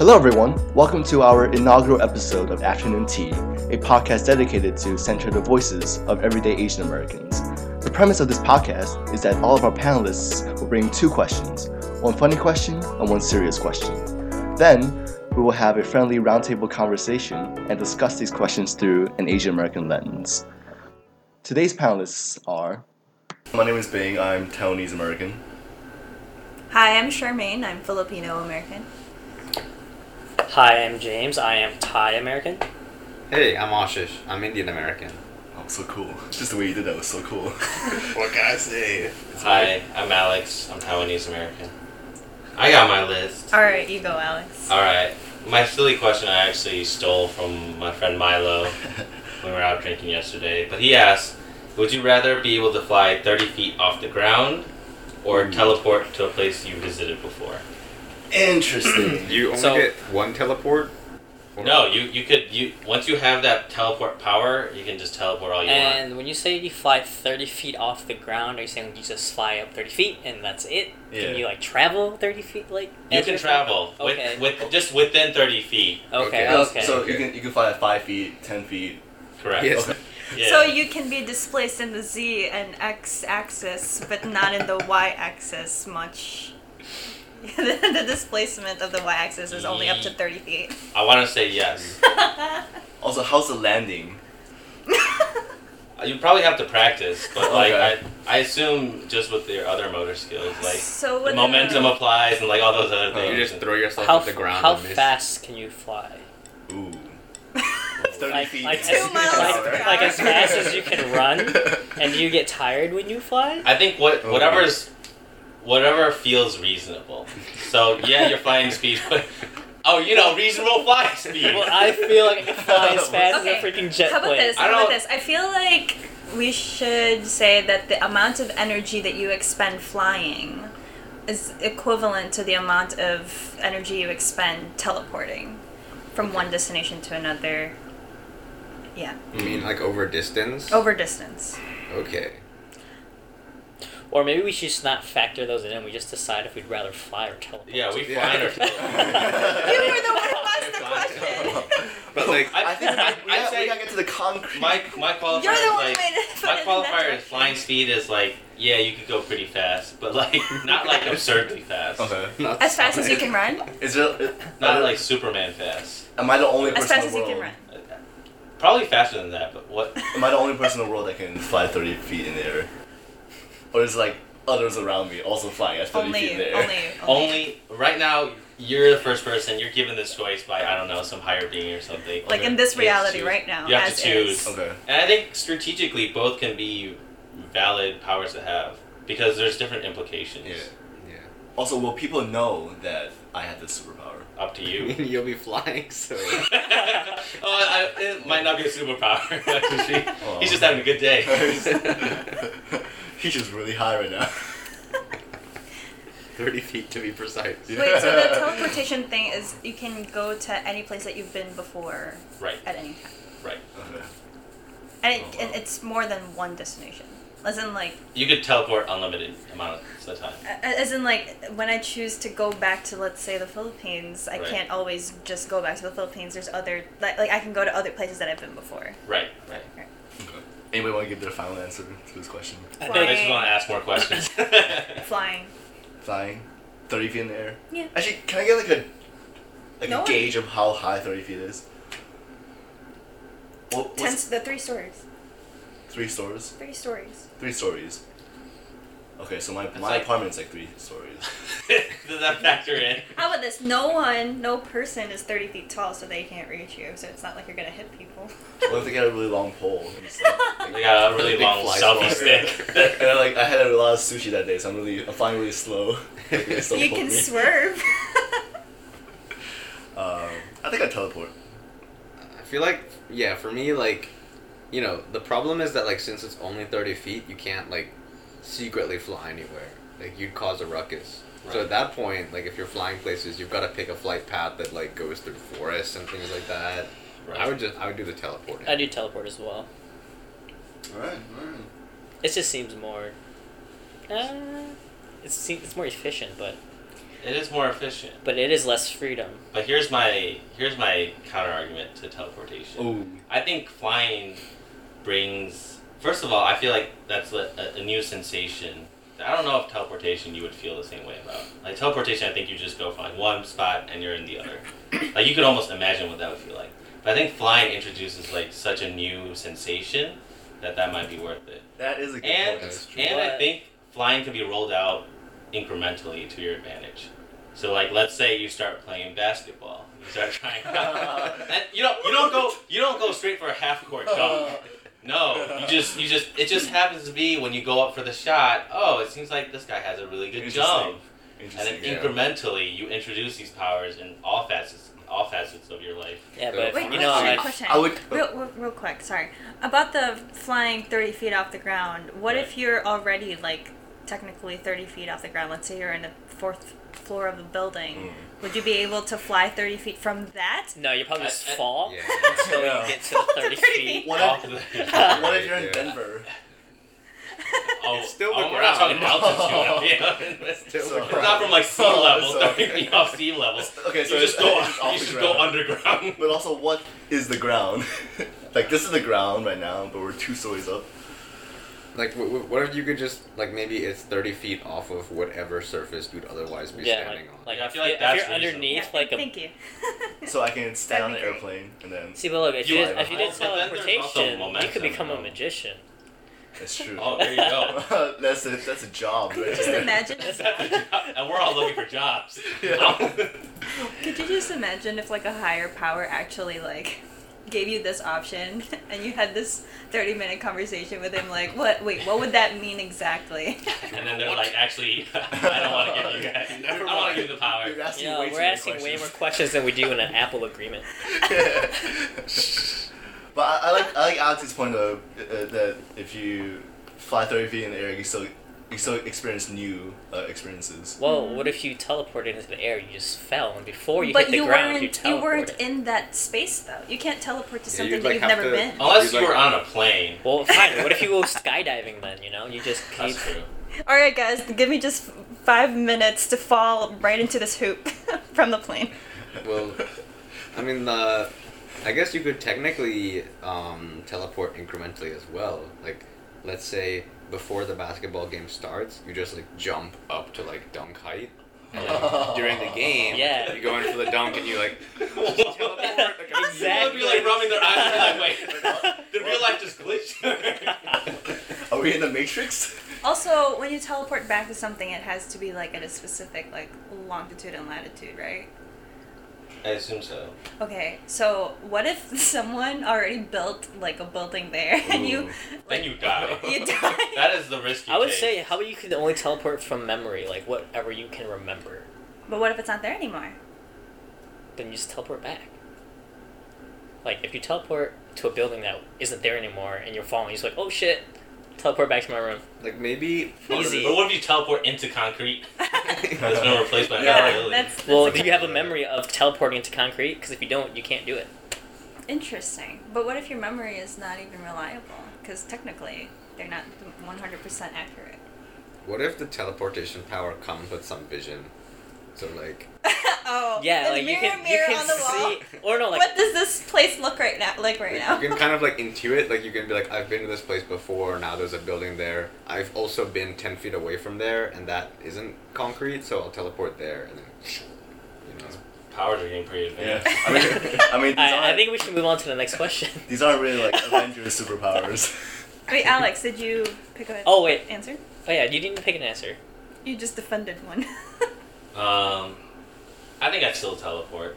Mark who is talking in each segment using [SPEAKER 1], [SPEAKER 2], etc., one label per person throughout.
[SPEAKER 1] Hello, everyone. Welcome to our inaugural episode of Afternoon Tea, a podcast dedicated to center the voices of everyday Asian Americans. The premise of this podcast is that all of our panelists will bring two questions one funny question and one serious question. Then, we will have a friendly roundtable conversation and discuss these questions through an Asian American lens. Today's panelists are My name is Bing, I'm Taiwanese American.
[SPEAKER 2] Hi, I'm Charmaine. I'm Filipino American.
[SPEAKER 3] Hi, I'm James. I am Thai American.
[SPEAKER 4] Hey, I'm Ashish. I'm Indian American.
[SPEAKER 1] Oh, so cool. Just the way you did that was so cool. what can I say?
[SPEAKER 5] Hi, I'm Alex. I'm Taiwanese American. I got my list.
[SPEAKER 2] All right, you go, Alex.
[SPEAKER 5] All right. My silly question I actually stole from my friend Milo when we were out drinking yesterday. But he asked, "Would you rather be able to fly 30 feet off the ground, or teleport to a place you visited before?"
[SPEAKER 1] Interesting.
[SPEAKER 4] You only
[SPEAKER 3] So-
[SPEAKER 4] get one teleport? Or-
[SPEAKER 5] No, you you could you once you have that teleport power, you can just teleport all you want.
[SPEAKER 3] And when you say you fly 30 feet off the ground, are you saying you just fly up 30 feet and that's it?
[SPEAKER 5] Yeah.
[SPEAKER 3] Can you like travel 30 feet? Like
[SPEAKER 5] You
[SPEAKER 3] as
[SPEAKER 5] can
[SPEAKER 3] you're
[SPEAKER 5] travel
[SPEAKER 3] Okay.
[SPEAKER 5] with, with just within 30 feet.
[SPEAKER 3] Okay,
[SPEAKER 4] Yeah,
[SPEAKER 3] okay.
[SPEAKER 1] So
[SPEAKER 4] okay.
[SPEAKER 1] you can you can fly at five feet, ten feet.
[SPEAKER 5] Correct.
[SPEAKER 4] Yes.
[SPEAKER 5] Yeah.
[SPEAKER 2] So you can be displaced in the Z and X axis, but not in the Y axis much. the, the displacement of the Y axis is only up to 30 feet.
[SPEAKER 5] I want to say yes.
[SPEAKER 1] Also, how's the landing?
[SPEAKER 5] You probably have to practice, but like
[SPEAKER 1] Okay.
[SPEAKER 5] I, I assume just with your other motor skills, like
[SPEAKER 2] so
[SPEAKER 5] the
[SPEAKER 2] with
[SPEAKER 5] momentum applies and like all those other
[SPEAKER 1] Oh,
[SPEAKER 5] things.
[SPEAKER 4] You just throw yourself
[SPEAKER 3] how
[SPEAKER 4] at the
[SPEAKER 3] f-
[SPEAKER 4] ground
[SPEAKER 3] how
[SPEAKER 4] and miss.
[SPEAKER 3] fast can you fly?
[SPEAKER 1] Ooh.
[SPEAKER 3] Like- like
[SPEAKER 2] Two as- miles like- per like as hour.
[SPEAKER 3] fast as you can run? And do you get tired when you fly?
[SPEAKER 5] I think what
[SPEAKER 1] Oh,
[SPEAKER 5] whatever's whatever feels reasonable. So yeah, your flying speed, but oh, you know, reasonable flying speed.
[SPEAKER 3] well, I feel like I can fly as fast
[SPEAKER 2] Okay,
[SPEAKER 3] as a freaking jet
[SPEAKER 2] How about
[SPEAKER 3] plane.
[SPEAKER 2] this?
[SPEAKER 5] I
[SPEAKER 2] How about
[SPEAKER 5] don't-
[SPEAKER 2] this? I feel like we should say that the amount of energy that you expend flying is equivalent to the amount of energy you expend teleporting from one destination to another. Yeah,
[SPEAKER 4] You mean like over distance?
[SPEAKER 2] over distance.
[SPEAKER 4] Okay.
[SPEAKER 3] Or maybe we should just not factor those in. We just decide if we'd rather fly or teleport.
[SPEAKER 5] yeah, we
[SPEAKER 4] Yeah.
[SPEAKER 5] find ourselves.
[SPEAKER 2] You were the one who asked the question.
[SPEAKER 4] But like,
[SPEAKER 5] I-
[SPEAKER 1] I think we,
[SPEAKER 5] I-
[SPEAKER 1] we,
[SPEAKER 5] I'd
[SPEAKER 1] gotta,
[SPEAKER 5] say-
[SPEAKER 1] we gotta get to the concrete.
[SPEAKER 5] My my qualifier
[SPEAKER 2] You're the
[SPEAKER 5] is
[SPEAKER 2] one
[SPEAKER 5] like
[SPEAKER 2] who made it. put
[SPEAKER 5] my
[SPEAKER 2] it in that
[SPEAKER 5] qualifier is
[SPEAKER 2] direction.
[SPEAKER 5] flying speed is like yeah, you could go pretty fast, but like not like absurdly fast.
[SPEAKER 1] Okay.
[SPEAKER 4] not
[SPEAKER 2] As fast as you can run.
[SPEAKER 1] Is there? uh,
[SPEAKER 5] Not like Superman fast.
[SPEAKER 1] Am I the only
[SPEAKER 2] As
[SPEAKER 1] person
[SPEAKER 2] fast
[SPEAKER 1] in
[SPEAKER 2] as
[SPEAKER 1] the
[SPEAKER 2] you
[SPEAKER 1] world?
[SPEAKER 2] can run.
[SPEAKER 5] Probably faster than that, but what?
[SPEAKER 1] Am I the only person in the world that can fly thirty feet in the air? Or is like others around me also flying at thirty feet
[SPEAKER 2] Only
[SPEAKER 1] in
[SPEAKER 2] you.
[SPEAKER 1] the air?
[SPEAKER 2] Only you.
[SPEAKER 5] Only right now, you're the first person. You're given this choice by I don't know some higher being or something.
[SPEAKER 2] Like in this reality right now.
[SPEAKER 5] You have to
[SPEAKER 2] as
[SPEAKER 5] choose.
[SPEAKER 2] is.
[SPEAKER 1] Okay.
[SPEAKER 5] And I think strategically, both can be valid powers to have because there's different implications.
[SPEAKER 1] Yeah.
[SPEAKER 4] Yeah.
[SPEAKER 1] Also, will people know that I have this superpower?
[SPEAKER 5] Up to
[SPEAKER 4] I
[SPEAKER 5] you.
[SPEAKER 4] mean, you'll be flying, so.
[SPEAKER 5] oh, I, it might not be a superpower. actually.
[SPEAKER 1] Oh.
[SPEAKER 5] He's just having a good day.
[SPEAKER 1] He's just really high right now.
[SPEAKER 4] 30 feet to be precise.
[SPEAKER 1] Yeah.
[SPEAKER 2] Wait, so the teleportation thing is you can go to any place that you've been before
[SPEAKER 5] Right.
[SPEAKER 2] at any time.
[SPEAKER 5] Right.
[SPEAKER 1] Okay.
[SPEAKER 2] And, it,
[SPEAKER 1] Oh, wow.
[SPEAKER 2] and it's more than one destination. As in, like,
[SPEAKER 5] You could teleport unlimited amount of time.
[SPEAKER 2] a- as in, like, when I choose to go back to, let's say, the Philippines, I
[SPEAKER 5] Right.
[SPEAKER 2] can't always just go back to the Philippines. There's other, like, like I can go to other places that I've been before.
[SPEAKER 5] Right. Right.
[SPEAKER 1] Okay. Anybody want to give their final answer to this question?
[SPEAKER 3] I
[SPEAKER 5] I
[SPEAKER 3] think,
[SPEAKER 5] just want to ask more questions.
[SPEAKER 2] Flying.
[SPEAKER 1] Flying, thirty feet in the air.
[SPEAKER 2] Yeah.
[SPEAKER 1] Actually, can I get like a like
[SPEAKER 2] No
[SPEAKER 1] a
[SPEAKER 2] one-
[SPEAKER 1] gauge of how high thirty feet is? What, what's
[SPEAKER 2] Ten, the three stories.
[SPEAKER 1] three stories?
[SPEAKER 2] Three stories.
[SPEAKER 1] Three stories. Okay, so my my
[SPEAKER 5] like-
[SPEAKER 1] apartment's like three stories.
[SPEAKER 5] Does that factor in?
[SPEAKER 2] How about this? No one, no person is 30 feet tall, so they can't reach you. So it's not like you're gonna hit people.
[SPEAKER 1] What if they got a really long pole? And, it's like,
[SPEAKER 5] They got a really
[SPEAKER 4] Big
[SPEAKER 5] long
[SPEAKER 4] fly
[SPEAKER 5] selfie
[SPEAKER 4] swatter.
[SPEAKER 5] stick.
[SPEAKER 1] and I, like I had a lot of sushi that day, so I'm really I'm flying really slow. Like, it's so
[SPEAKER 2] you
[SPEAKER 1] for
[SPEAKER 2] can
[SPEAKER 1] me.
[SPEAKER 2] swerve.
[SPEAKER 1] Um, I think I teleport.
[SPEAKER 4] I feel like, yeah, for me, like, you know, the problem is that, like, since it's only 30 feet, you can't, like, secretly fly anywhere. Like, you'd cause a ruckus. So
[SPEAKER 5] Right.
[SPEAKER 4] at that point, like, if you're flying places, you've got to pick a flight path that, like, goes through forests and things like that. I would just, I would do the teleporting.
[SPEAKER 3] I do teleport as well.
[SPEAKER 1] Alright, alright.
[SPEAKER 3] It just seems more. Uh, it's se- it's more efficient, but
[SPEAKER 5] It is more efficient.
[SPEAKER 3] but it is less freedom.
[SPEAKER 5] But here's my here's my counter argument to teleportation.
[SPEAKER 4] Ooh.
[SPEAKER 5] I think flying brings. First of all, I feel like that's a, a- a new sensation. I don't know if teleportation you would feel the same way about. Like teleportation, I think you just go from like one spot and you're in the other. Like you could almost imagine what that would feel like. But I think flying introduces like such a new sensation that that might be worth it.
[SPEAKER 1] That is a good
[SPEAKER 5] And
[SPEAKER 1] point.
[SPEAKER 4] That's true.
[SPEAKER 5] and I
[SPEAKER 3] But-
[SPEAKER 5] think flying can be rolled out incrementally to your advantage. So like let's say you start playing basketball. You start trying and you don't you don't go you don't go straight for a half court dunk. No, you just you just it just happens to be when you go up for the shot, oh, it seems like this guy has a really good jump.
[SPEAKER 1] Interesting.
[SPEAKER 5] And
[SPEAKER 1] Interesting.
[SPEAKER 5] then
[SPEAKER 4] yeah.
[SPEAKER 5] incrementally you introduce these powers in all facets all facets of your life.
[SPEAKER 3] Yeah, but
[SPEAKER 4] Wait,
[SPEAKER 3] you know,
[SPEAKER 4] question,
[SPEAKER 3] like,
[SPEAKER 2] question.
[SPEAKER 1] I would.
[SPEAKER 2] Real, real, real quick, sorry. About the flying 30 feet off the ground, what if
[SPEAKER 5] Right.
[SPEAKER 2] you're already, like, technically 30 feet off the ground? Let's say you're in the fourth floor of a building.
[SPEAKER 3] Hmm.
[SPEAKER 2] Would you be able to fly 30 feet from that?
[SPEAKER 3] no, you probably
[SPEAKER 5] I-
[SPEAKER 3] just
[SPEAKER 5] I-
[SPEAKER 3] fall
[SPEAKER 4] Yeah.
[SPEAKER 3] until
[SPEAKER 1] Yeah.
[SPEAKER 3] you get to the thirty feet.
[SPEAKER 1] What
[SPEAKER 5] Off
[SPEAKER 1] if,
[SPEAKER 5] the-
[SPEAKER 1] what if you're in
[SPEAKER 4] Yeah.
[SPEAKER 1] Denver?
[SPEAKER 5] Oh,
[SPEAKER 4] It's still the
[SPEAKER 5] oh, we're not talking
[SPEAKER 4] ground.
[SPEAKER 5] altitude. Yeah.
[SPEAKER 4] Still
[SPEAKER 1] So-
[SPEAKER 4] a
[SPEAKER 5] It's
[SPEAKER 4] problem.
[SPEAKER 5] not from like sea
[SPEAKER 1] Oh,
[SPEAKER 5] level,
[SPEAKER 1] so-
[SPEAKER 5] starting me off sea level.
[SPEAKER 1] Okay, so
[SPEAKER 5] you
[SPEAKER 1] it's-
[SPEAKER 5] just go,
[SPEAKER 1] it's off
[SPEAKER 5] you
[SPEAKER 1] the
[SPEAKER 5] just go
[SPEAKER 1] ground.
[SPEAKER 5] underground.
[SPEAKER 1] But also, what is the ground? like this is the ground right now, but we're two stories up.
[SPEAKER 4] Like, wh- wh- what if you could just like maybe it's thirty feet off of whatever surface you'd otherwise be
[SPEAKER 3] Yeah,
[SPEAKER 4] standing on?
[SPEAKER 3] like, like
[SPEAKER 5] Yeah, I
[SPEAKER 3] if,
[SPEAKER 5] feel like
[SPEAKER 3] you- if
[SPEAKER 5] that's
[SPEAKER 3] you're underneath,
[SPEAKER 2] Yeah,
[SPEAKER 3] like a
[SPEAKER 2] Thank you.
[SPEAKER 1] So I can stand on an
[SPEAKER 2] That'd be
[SPEAKER 1] airplane, and then
[SPEAKER 3] See, but look, if you,
[SPEAKER 5] You
[SPEAKER 3] did,
[SPEAKER 1] are
[SPEAKER 3] if you did
[SPEAKER 5] right. But then there's also
[SPEAKER 3] teleportation, you
[SPEAKER 5] momentum,
[SPEAKER 3] could become
[SPEAKER 5] though.
[SPEAKER 3] a magician.
[SPEAKER 1] that's true.
[SPEAKER 5] Oh, there you go.
[SPEAKER 1] that's a that's a job.
[SPEAKER 2] Could
[SPEAKER 1] right
[SPEAKER 2] you just
[SPEAKER 1] there.
[SPEAKER 2] imagine?
[SPEAKER 5] and we're all looking for jobs.
[SPEAKER 1] Yeah.
[SPEAKER 2] Could you just imagine if, like, a higher power actually, like, gave you this option and you had this 30 minute conversation with him like what wait what would that mean exactly
[SPEAKER 5] and then they're like, actually, I don't want to give you guys. I
[SPEAKER 1] Never
[SPEAKER 5] don't want
[SPEAKER 1] mind.
[SPEAKER 5] to give you the power.
[SPEAKER 1] You're asking
[SPEAKER 3] Yeah,
[SPEAKER 1] way too
[SPEAKER 3] we're
[SPEAKER 1] many
[SPEAKER 3] asking way more questions than we do in an Apple agreement.
[SPEAKER 1] but I, I like I like Alex's point though uh, that if you fly thirty feet in the air, you still you still experience new uh, experiences.
[SPEAKER 3] Well, what if you teleported into the air? You just fell, and before you
[SPEAKER 2] but
[SPEAKER 3] hit the
[SPEAKER 2] you
[SPEAKER 3] ground, you
[SPEAKER 2] weren't
[SPEAKER 3] teleported.
[SPEAKER 2] weren't in that space though you can't teleport to
[SPEAKER 4] Yeah,
[SPEAKER 2] something
[SPEAKER 4] you'd,
[SPEAKER 2] that
[SPEAKER 4] like,
[SPEAKER 2] you've
[SPEAKER 4] have
[SPEAKER 2] never
[SPEAKER 4] to-
[SPEAKER 2] been
[SPEAKER 5] Unless
[SPEAKER 4] He's
[SPEAKER 5] you
[SPEAKER 4] like-
[SPEAKER 5] were on a plane.
[SPEAKER 3] Well, fine. What if you go skydiving then? You know, you just keep.
[SPEAKER 5] That's true.
[SPEAKER 2] All right, guys, give me just five minutes to fall right into this hoop from the plane.
[SPEAKER 4] well, I mean, uh, I guess you could technically um, teleport incrementally as well. Like, let's say before the basketball game starts, you just like jump up to like dunk height. And then during the game,
[SPEAKER 3] Yeah.
[SPEAKER 4] you go in for the dunk and you like
[SPEAKER 5] They'd be like rubbing their eyes and be like, wait, did real life just glitch?
[SPEAKER 1] Are we in the Matrix?
[SPEAKER 2] Also, when you teleport back to something, it has to be like at a specific like longitude and latitude, right?
[SPEAKER 5] I assume so.
[SPEAKER 2] Okay, so what if someone already built like a building there and you
[SPEAKER 5] Then you die.
[SPEAKER 2] you die?
[SPEAKER 5] That is the risk you
[SPEAKER 3] I would
[SPEAKER 5] take.
[SPEAKER 3] say, how about you can only teleport from memory, like whatever you can remember,
[SPEAKER 2] But what if it's not there anymore?
[SPEAKER 3] then you just teleport back. Like if you teleport to a building that isn't there anymore, and you're falling, you're just like, oh shit, teleport back to my room.
[SPEAKER 4] like maybe
[SPEAKER 3] Easy.
[SPEAKER 5] But what if you teleport into concrete? There's no replacement
[SPEAKER 2] yeah,
[SPEAKER 5] ability.
[SPEAKER 2] that's, that's
[SPEAKER 3] Well,
[SPEAKER 2] a-
[SPEAKER 3] do you have a memory of teleporting into concrete? Because if you don't, you can't do it.
[SPEAKER 2] interesting. But what if your memory is not even reliable? Because technically, they're not one hundred percent accurate.
[SPEAKER 4] what if the teleportation power comes with some vision? So like
[SPEAKER 2] oh,
[SPEAKER 3] Yeah,
[SPEAKER 2] the
[SPEAKER 3] like
[SPEAKER 2] mirror,
[SPEAKER 3] you can,
[SPEAKER 2] mirror
[SPEAKER 3] you can
[SPEAKER 2] on the wall.
[SPEAKER 3] see, or no, like
[SPEAKER 2] what does this place look right now? Like right now?
[SPEAKER 4] You can kind of like intuit, like you can be like, I've been to this place before. Now there's a building there. I've also been ten feet away from there, and that isn't concrete, so I'll teleport there, and then, you know.
[SPEAKER 5] Powers are getting pretty
[SPEAKER 1] Yeah.
[SPEAKER 5] advanced.
[SPEAKER 1] I mean, I mean these,
[SPEAKER 3] I,
[SPEAKER 1] aren't,
[SPEAKER 3] I think we should move on to the next question.
[SPEAKER 1] these aren't really like Avengers superpowers.
[SPEAKER 2] Wait, Alex, did you pick a
[SPEAKER 3] Oh wait,
[SPEAKER 2] answer?
[SPEAKER 3] oh yeah, you didn't pick an answer.
[SPEAKER 2] You just defended one.
[SPEAKER 5] Um, I think I'd still teleport.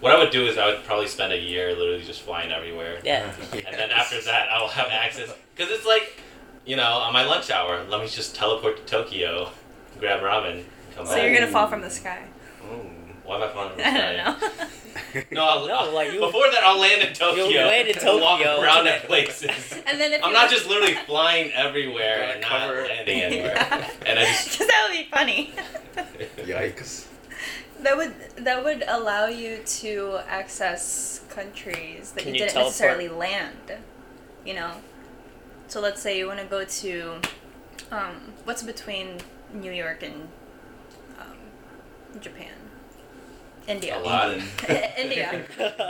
[SPEAKER 5] What I would do is I would probably spend a year literally just flying everywhere,
[SPEAKER 3] Yeah,
[SPEAKER 5] and then after that I will have access because it's like, you know, on my lunch hour, let me just teleport to Tokyo, grab ramen, and come
[SPEAKER 2] so
[SPEAKER 5] home.
[SPEAKER 2] you're gonna fall from the sky.
[SPEAKER 1] Oh.
[SPEAKER 5] Why am I falling from the
[SPEAKER 2] I
[SPEAKER 5] sky?
[SPEAKER 2] don't know.
[SPEAKER 5] No, I'll,
[SPEAKER 3] No,
[SPEAKER 5] I'll-
[SPEAKER 3] like, you-
[SPEAKER 5] before that I'll land in Tokyo.
[SPEAKER 3] land in
[SPEAKER 5] and walk
[SPEAKER 3] Tokyo.
[SPEAKER 5] around at places.
[SPEAKER 2] and then if
[SPEAKER 5] I'm
[SPEAKER 2] you
[SPEAKER 5] not just literally flying everywhere
[SPEAKER 4] Gotta
[SPEAKER 5] and not
[SPEAKER 4] cover-
[SPEAKER 5] landing anywhere.
[SPEAKER 2] Yeah.
[SPEAKER 5] And I just
[SPEAKER 2] Because that would be funny.
[SPEAKER 4] Yikes!
[SPEAKER 2] that would that would allow you to access countries that
[SPEAKER 3] Can
[SPEAKER 2] you,
[SPEAKER 3] you
[SPEAKER 2] didn't
[SPEAKER 3] teleport?
[SPEAKER 2] necessarily land. You know. So let's say you want to go to, um, what's between New York and um, Japan, India,
[SPEAKER 5] A lot.
[SPEAKER 2] India.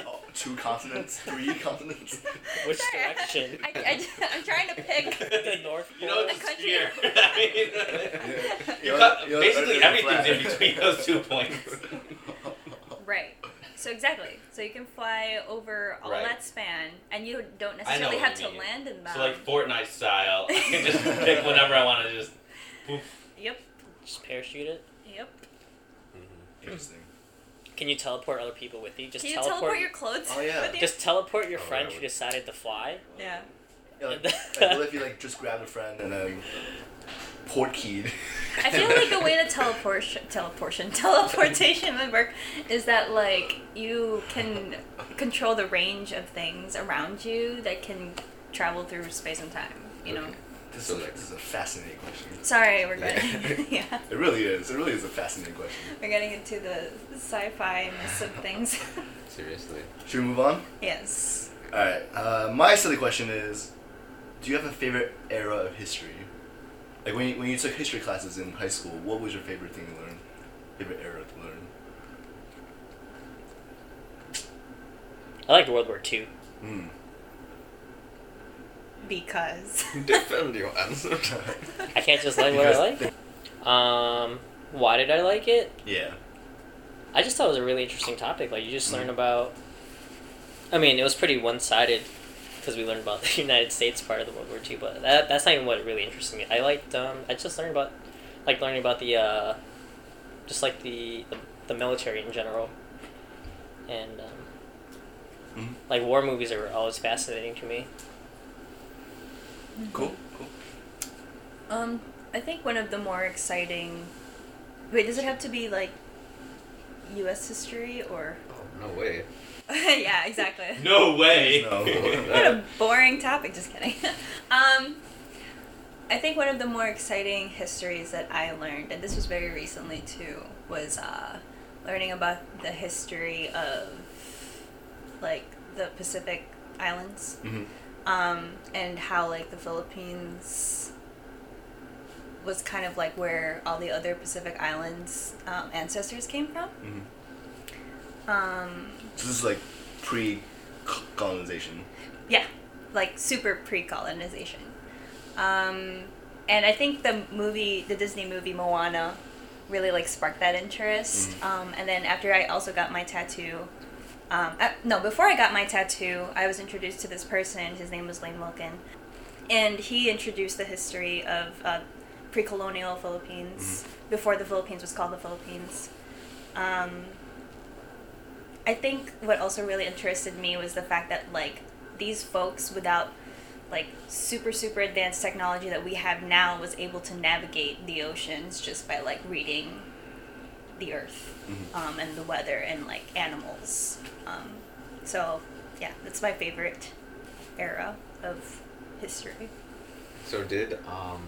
[SPEAKER 1] Oh, two continents, three continents.
[SPEAKER 3] Which
[SPEAKER 2] Sorry, I-
[SPEAKER 3] direction?
[SPEAKER 2] I, I, I'm trying to pick.
[SPEAKER 3] the North
[SPEAKER 5] You know,
[SPEAKER 3] Pole?
[SPEAKER 5] it's just
[SPEAKER 2] country.
[SPEAKER 5] here. I mean, you
[SPEAKER 1] You're-
[SPEAKER 5] cut,
[SPEAKER 1] you're
[SPEAKER 5] basically
[SPEAKER 1] under the
[SPEAKER 5] everything's in
[SPEAKER 1] flag.
[SPEAKER 5] between those two points.
[SPEAKER 2] Right. So exactly. So you can fly over all
[SPEAKER 5] Right.
[SPEAKER 2] that span, and you don't
[SPEAKER 5] I know
[SPEAKER 2] necessarily
[SPEAKER 5] what
[SPEAKER 2] have
[SPEAKER 5] you
[SPEAKER 2] to
[SPEAKER 5] mean.
[SPEAKER 2] land in them.
[SPEAKER 5] So like Fortnite style, I can just pick whenever I want to. Just
[SPEAKER 2] yep.
[SPEAKER 3] Just parachute it.
[SPEAKER 2] Yep.
[SPEAKER 1] Interesting.
[SPEAKER 3] Can you teleport other people with you? Just
[SPEAKER 2] Can you
[SPEAKER 3] teleport.
[SPEAKER 2] teleport, your clothes?
[SPEAKER 1] Oh, yeah.
[SPEAKER 2] with you?
[SPEAKER 3] Just teleport your
[SPEAKER 4] Oh,
[SPEAKER 3] friend
[SPEAKER 4] yeah,
[SPEAKER 3] who
[SPEAKER 4] we-
[SPEAKER 3] decided to fly.
[SPEAKER 2] yeah.
[SPEAKER 1] Yeah, like, like, what if you like just grabbed a friend and then port keyed?
[SPEAKER 2] I feel like the way to teleportation, teleportation, teleportation would work is that like you can control the range of things around you that can travel through space and time. You know.
[SPEAKER 4] Okay.
[SPEAKER 1] This is, this is a fascinating question.
[SPEAKER 2] Sorry, we're
[SPEAKER 4] Yeah.
[SPEAKER 2] getting yeah,
[SPEAKER 1] It really is. It really is a fascinating question.
[SPEAKER 2] we're getting into the sci-fi-ness of things.
[SPEAKER 4] Seriously.
[SPEAKER 1] Should we move on?
[SPEAKER 2] yes.
[SPEAKER 1] All right. Uh, my silly question is, do you have a favorite era of history? Like when you, when you took history classes in high school, what was your favorite thing to learn? Favorite era to learn?
[SPEAKER 3] I liked World War II.
[SPEAKER 1] Hmm.
[SPEAKER 2] Because.
[SPEAKER 4] Defend your answer.
[SPEAKER 3] I can't just like what I like. Um, why did I like it?
[SPEAKER 1] Yeah.
[SPEAKER 3] I just thought it was a really interesting topic. Like you just learn
[SPEAKER 4] Mm.
[SPEAKER 3] about. I mean, it was pretty one-sided because we learned about the United States part of the World War II, but that, that's not even what really interested me. I liked. Um, I just learned about, like learning about the, uh, just like the the, the military in general, and um,
[SPEAKER 4] Mm-hmm.
[SPEAKER 1] Mhm.
[SPEAKER 3] like war movies are always fascinating to me.
[SPEAKER 1] Mm-hmm. Cool. Cool.
[SPEAKER 2] Um, I think one of the more exciting. Wait, does it have to be like U.S. history or?
[SPEAKER 4] Oh, no way.
[SPEAKER 2] yeah, exactly.
[SPEAKER 5] no way.
[SPEAKER 1] No.
[SPEAKER 2] What a boring topic. Just kidding. um, I think one of the more exciting histories that I learned, and this was very recently too, was uh, learning about the history of like the Pacific Islands
[SPEAKER 1] Mhm.
[SPEAKER 2] um, and how like the Philippines was kind of like where all the other Pacific Islands um, ancestors came from.
[SPEAKER 1] Mhm.
[SPEAKER 2] Um,
[SPEAKER 1] So this is like pre-colonization.
[SPEAKER 2] yeah, like super pre-colonization. Um, and I think the movie, the Disney movie Moana, really like sparked that interest.
[SPEAKER 1] Mhm.
[SPEAKER 2] Um, and then after I also got my tattoo. Um, uh, no, before I got my tattoo, I was introduced to this person. His name was Lane Wilkin, and he introduced the history of uh, pre-colonial Philippines before the Philippines was called the Philippines. Um, I think what also really interested me was the fact that like these folks without like super super advanced technology that we have now was able to navigate the oceans just by like reading the earth
[SPEAKER 1] Mhm.
[SPEAKER 2] um, and the weather and like animals um, so yeah that's my favorite era of history
[SPEAKER 4] So did um,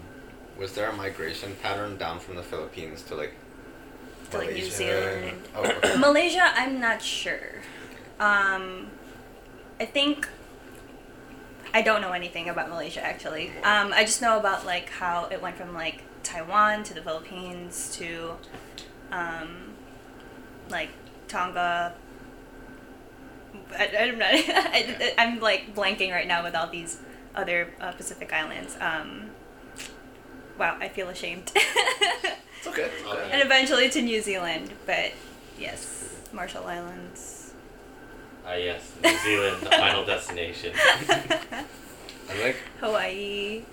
[SPEAKER 4] was there a migration pattern down from the Philippines to like?
[SPEAKER 2] To, like, New
[SPEAKER 4] Malaysia?
[SPEAKER 2] Zealand.
[SPEAKER 4] Oh, okay.
[SPEAKER 2] Malaysia, I'm not sure. Um, I think I don't know anything about Malaysia actually. Um, I just know about like how it went from like Taiwan to the Philippines to um, like Tonga. I, I'm not. I, I'm like blanking right now with all these other uh, Pacific islands. Um, wow, I feel ashamed.
[SPEAKER 1] It's okay. It's okay.
[SPEAKER 2] and eventually to New Zealand. But yes, Marshall Islands.
[SPEAKER 5] Ah yes, New Zealand, the final destination.
[SPEAKER 4] And like
[SPEAKER 2] Hawaii.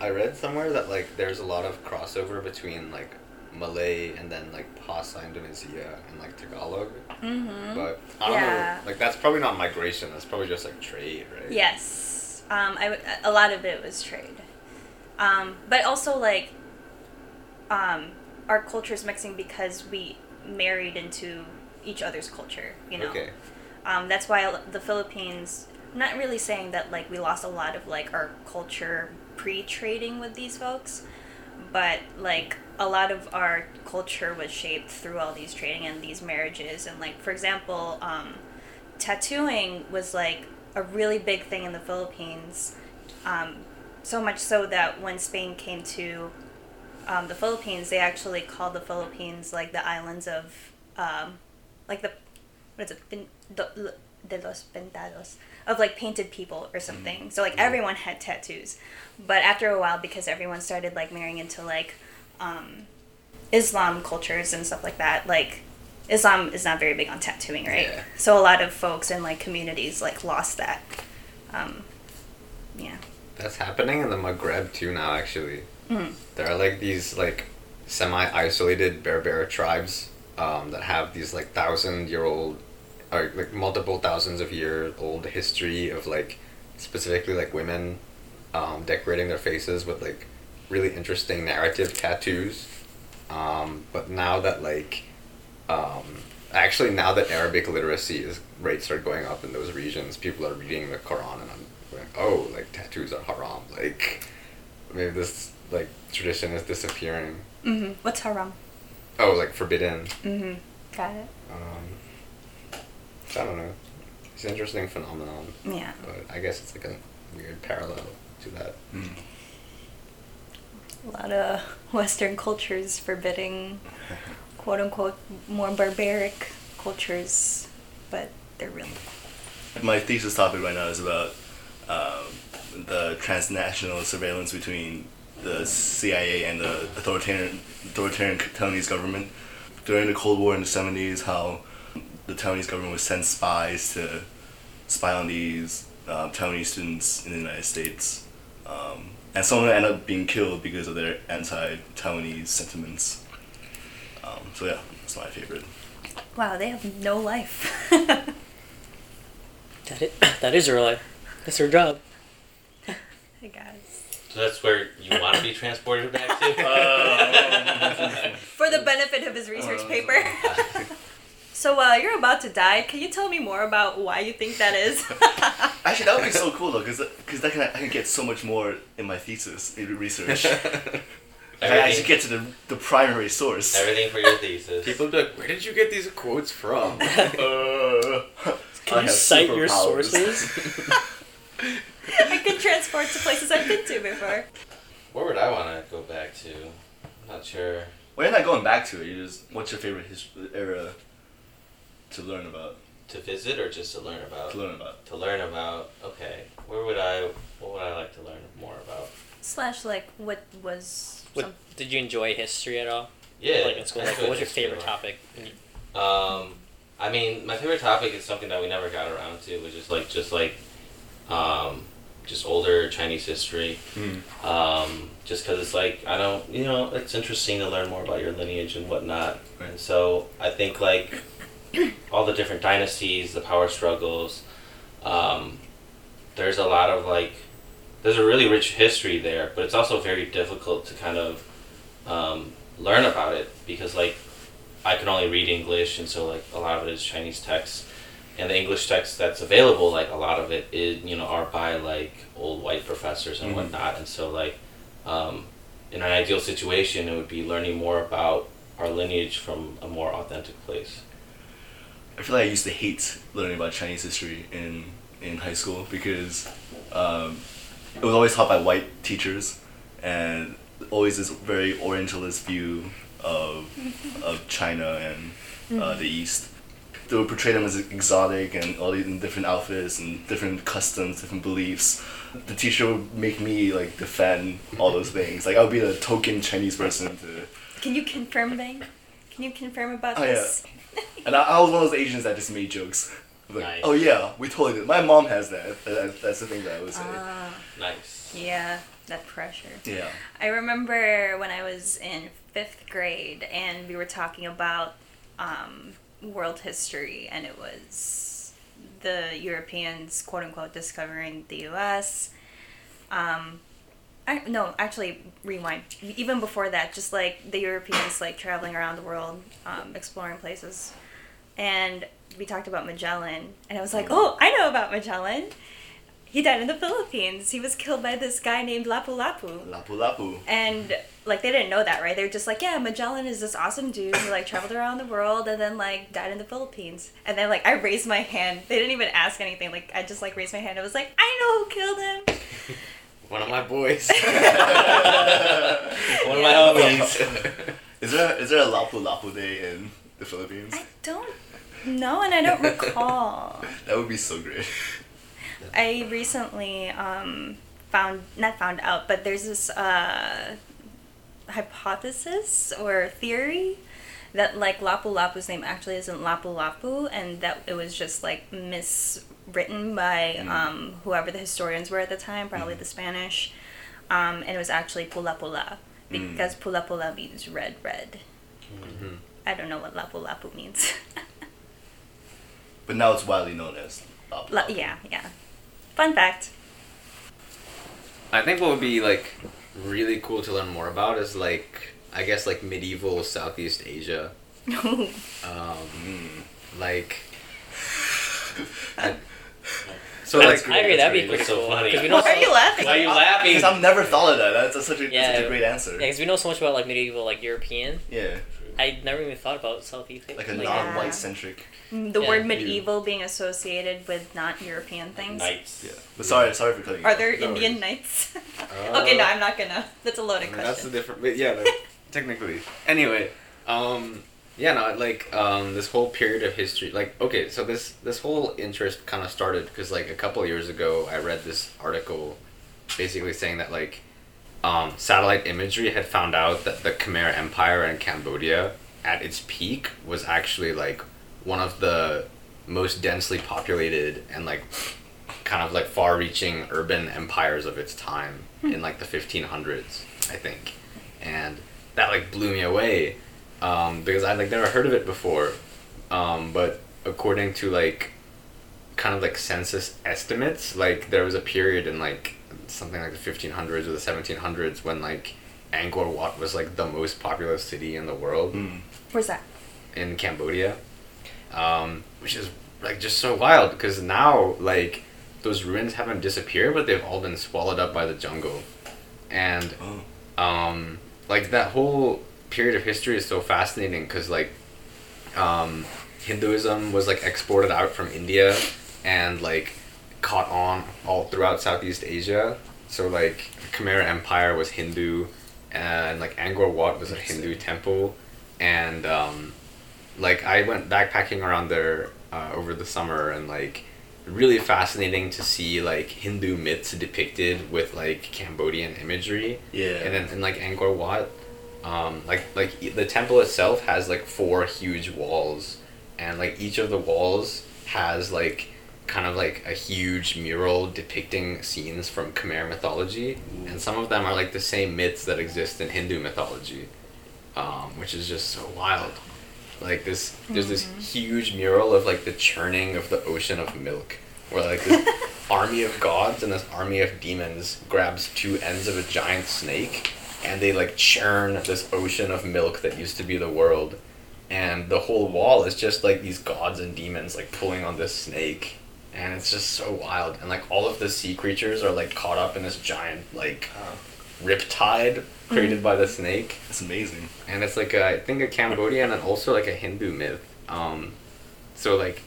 [SPEAKER 4] I read somewhere that like there's a lot of crossover between like Malay and then like Bahasa Indonesia and like Tagalog,
[SPEAKER 2] Mm-hmm.
[SPEAKER 4] but I don't
[SPEAKER 2] Yeah.
[SPEAKER 4] know. Like that's probably not migration. That's probably just like trade, right?
[SPEAKER 2] Yes. Um, I w- a lot of it was trade. Um, but also, like, um, our cultures mixing because we married into each other's culture, you know?
[SPEAKER 4] Okay.
[SPEAKER 2] Um, that's why l- the Philippines, I'm not really saying that, like, we lost a lot of, like, our culture pre trading with these folks, but, like, a lot of our culture was shaped through all these trading and these marriages. And, like, for example, um, tattooing was like a really big thing in the Philippines. Um, so much so that when Spain came to um, the Philippines, they actually call the Philippines like the islands of, um, like the, what is it, Pin, do, de los pintados, of like painted people or something. So like everyone had tattoos, but after a while, because everyone started like marrying into like, um, Islam cultures and stuff like that, like. Islam is not very big on tattooing, right?
[SPEAKER 4] Yeah.
[SPEAKER 2] So a lot of folks in like communities like lost that. Um, yeah.
[SPEAKER 4] That's happening in the Maghreb too now, actually.
[SPEAKER 2] Mhm.
[SPEAKER 4] There are like these like semi-isolated Berber tribes um, that have these like thousand-year-old, or like multiple thousands of year old history of like specifically like women um, decorating their faces with like really interesting narrative tattoos. Um, but now that like um, actually now that Arabic literacy is rates are going up in those regions, people are reading the Quran and I'm going, oh, like tattoos are haram. Like maybe this like tradition is disappearing.
[SPEAKER 2] Mm-hmm. What's haram?
[SPEAKER 4] Oh, like forbidden.
[SPEAKER 2] Mm-hmm. Got it.
[SPEAKER 4] Um, I don't know. It's an interesting phenomenon,
[SPEAKER 2] Yeah.
[SPEAKER 4] but I guess it's like a weird parallel to that.
[SPEAKER 1] Mm.
[SPEAKER 2] A lot of Western cultures forbidding, quote unquote, more barbaric cultures, but they're real.
[SPEAKER 1] My thesis topic right now is about um, the transnational surveillance between the CIA and the authoritarian, authoritarian Taiwanese government. During the Cold War in the 70s, how the Taiwanese government would send spies to spy on these uh, Taiwanese students in the United States. Um, and some of them end up being killed because of their anti Taiwanese sentiments. Um, so, yeah, that's my favorite.
[SPEAKER 2] Wow, they have no life.
[SPEAKER 3] That is, that is her life. That's her job.
[SPEAKER 2] I guess.
[SPEAKER 5] So that's where you want to be transported back to?
[SPEAKER 1] Uh,
[SPEAKER 4] Uh,
[SPEAKER 2] For the benefit of his research
[SPEAKER 1] Uh,
[SPEAKER 2] paper. so uh, you're about to die. Can you tell me more about why you think that is?
[SPEAKER 1] Actually, that would be so cool though, because that can I can get so much more in my thesis in research. if I actually
[SPEAKER 5] everything,
[SPEAKER 1] get to the, the primary source.
[SPEAKER 5] everything for your thesis.
[SPEAKER 4] People be like, where did you get these quotes from?
[SPEAKER 1] Uh, I
[SPEAKER 3] Can you
[SPEAKER 1] have
[SPEAKER 3] cite your
[SPEAKER 1] superpowers.
[SPEAKER 3] sources?
[SPEAKER 2] I could transport to places I've been to before.
[SPEAKER 5] Where would I want to go back to? I'm not sure.
[SPEAKER 1] Well, you're not going back to it. You just what's your favorite history era to learn about?
[SPEAKER 5] To visit or just to learn about?
[SPEAKER 1] To learn about.
[SPEAKER 5] To learn about. Okay. Where would I? What would I like to learn more about?
[SPEAKER 2] Slash, like, what was.
[SPEAKER 3] What,
[SPEAKER 2] some-
[SPEAKER 3] did you enjoy history at all?
[SPEAKER 5] Yeah.
[SPEAKER 3] Like in school,
[SPEAKER 5] I
[SPEAKER 3] like,
[SPEAKER 5] could
[SPEAKER 3] what was your
[SPEAKER 5] just do
[SPEAKER 3] favorite
[SPEAKER 5] more.
[SPEAKER 3] topic?
[SPEAKER 5] Um, I mean, my favorite topic is something that we never got around to, which is like just like, um, just older Chinese history. Um, just because it's like I don't, you know, it's interesting to learn more about your lineage and whatnot.
[SPEAKER 1] Right.
[SPEAKER 5] And so I think like all the different dynasties, the power struggles. Um, there's a lot of like, there's a really rich history there, but it's also very difficult to kind of um, learn about it because like I can only read English, and so like a lot of it is Chinese text, and the English text that's available, like a lot of it is you know are by like old white professors and
[SPEAKER 1] Mhm.
[SPEAKER 4] Mm-hmm.
[SPEAKER 5] whatnot, and so like um, in an ideal situation, it would be learning more about our lineage from a more authentic place.
[SPEAKER 1] I feel like I used to hate learning about Chinese history in in high school because um, it was always taught by white teachers and always this very orientalist view of of China and uh, the East. They would portray them as exotic and all these in different outfits and different customs, different beliefs. The teacher would make me like defend all those things. Like I would be the token Chinese person to
[SPEAKER 2] Can you confirm, Bang? Can you confirm about
[SPEAKER 1] Oh, yeah.
[SPEAKER 2] this?
[SPEAKER 1] And I, I was one of those Asians that just made jokes. Like,
[SPEAKER 5] Nice.
[SPEAKER 1] Oh yeah, we totally did. My mom has that. That- That's the thing that I would say.
[SPEAKER 2] Ah,
[SPEAKER 5] Nice.
[SPEAKER 2] yeah, that pressure.
[SPEAKER 1] yeah.
[SPEAKER 2] I remember when I was in fifth grade and we were talking about um, world history, and it was the Europeans, quote unquote, discovering the US. Um, I, no, actually, rewind. Even before that, just like the Europeans, like traveling around the world, um, exploring places. And we talked about Magellan, and I was like, oh, I know about Magellan. He died in the Philippines. He was killed by this guy named Lapu Lapu.
[SPEAKER 1] Lapu lapu.
[SPEAKER 2] And like they didn't know that, right? They're just like, yeah, Magellan is this awesome dude who like traveled around the world and then like died in the Philippines. And then like I raised my hand. They didn't even ask anything. Like I just like raised my hand. I was like, I know who killed him.
[SPEAKER 4] One of my boys.
[SPEAKER 5] One of my homies.
[SPEAKER 1] Is there is there a Lapu Lapu Day in the Philippines?
[SPEAKER 2] I don't know, and I don't recall.
[SPEAKER 1] That would be so great.
[SPEAKER 2] I recently um, found not found out, but there's this uh, hypothesis or theory that like Lapu Lapu's name actually isn't Lapu Lapu, and that it was just like miswritten by um, whoever the historians were at the time, probably the Spanish, um, and it was actually Pula Pula because Pula Pula means red, red.
[SPEAKER 4] Mhm.
[SPEAKER 2] I don't know what Lapu Lapu means.
[SPEAKER 1] But now it's widely known as Lapu
[SPEAKER 2] La-
[SPEAKER 1] Lapu.
[SPEAKER 2] yeah, yeah. Fun fact.
[SPEAKER 4] I think what would be like really cool to learn more about is like I guess like medieval Southeast Asia. Um,
[SPEAKER 1] Mm.
[SPEAKER 4] like I- so
[SPEAKER 3] That's-
[SPEAKER 4] like
[SPEAKER 3] I agree. That'd be
[SPEAKER 5] That's
[SPEAKER 3] pretty
[SPEAKER 5] really so
[SPEAKER 3] cool.
[SPEAKER 5] funny.
[SPEAKER 3] 'cause we know
[SPEAKER 2] Why are
[SPEAKER 3] so-
[SPEAKER 2] you laughing?
[SPEAKER 5] Why are you laughing?
[SPEAKER 1] Because I've never thought of that. That's, such a
[SPEAKER 3] Yeah.
[SPEAKER 1] such a great answer.
[SPEAKER 3] Yeah, because we know so much about like medieval like European.
[SPEAKER 1] Yeah,
[SPEAKER 3] I never even thought about Southeast Asia.
[SPEAKER 1] like a
[SPEAKER 2] Like, yeah.
[SPEAKER 1] non-white centric.
[SPEAKER 2] Mm, The
[SPEAKER 3] Yeah,
[SPEAKER 2] word
[SPEAKER 1] maybe.
[SPEAKER 2] medieval being associated with not European things.
[SPEAKER 5] Nights.
[SPEAKER 1] Yeah, but sorry, sorry for cutting. you
[SPEAKER 2] Are
[SPEAKER 1] off.
[SPEAKER 2] there
[SPEAKER 4] No
[SPEAKER 2] Indian
[SPEAKER 4] worries.
[SPEAKER 2] knights?
[SPEAKER 4] Uh,
[SPEAKER 2] okay, no, I'm not gonna. That's a loaded
[SPEAKER 4] I mean, That's
[SPEAKER 2] question.
[SPEAKER 4] a different. But yeah, like, technically. Anyway, um, yeah, no, like um, this whole period of history, like okay, so this this whole interest kind of started because like a couple years ago, I read this article, basically saying that like, um, satellite imagery had found out that the Khmer Empire in Cambodia, at its peak, was actually like one of the most densely populated and like kind of like far-reaching urban empires of its time in like the 1500s i think and that like blew me away um, because i like never heard of it before um, but according to like kind of like census estimates like there was a period in like something like the 1500s or the 1700s when like angkor wat was like the most populous city in the world
[SPEAKER 1] Mm.
[SPEAKER 2] Where's that?
[SPEAKER 4] in Cambodia, um, which is like just so wild because now like those ruins haven't disappeared, but they've all been swallowed up by the jungle, and
[SPEAKER 1] Oh.
[SPEAKER 4] um, like that whole period of history is so fascinating because like um, Hinduism was like exported out from India and like caught on all throughout Southeast Asia. So like Khmer Empire was Hindu, and like Angkor Wat was a Hindu temple, and um, like I went backpacking around there uh, over the summer and like really fascinating to see like Hindu myths depicted with like Cambodian imagery
[SPEAKER 1] Yeah.
[SPEAKER 4] and then and like Angkor Wat, um, like like e- the temple itself has like four huge walls, and like each of the walls has like kind of like a huge mural depicting scenes from Khmer mythology, and some of them are like the same myths that exist in Hindu mythology, um, which is just so wild. Like this, there's this huge mural of like the churning of the ocean of milk, where like this army of gods and this army of demons grabs two ends of a giant snake and they like churn this ocean of milk that used to be the world and the whole wall is just like these gods and demons like pulling on this snake and it's just so wild and like all of the sea creatures are like caught up in this giant like
[SPEAKER 1] Wow.
[SPEAKER 4] riptide created
[SPEAKER 3] Mm-hmm.
[SPEAKER 4] by the snake
[SPEAKER 1] That's amazing.
[SPEAKER 4] and it's like a, I think a Cambodian and also like a Hindu myth. Um, so like,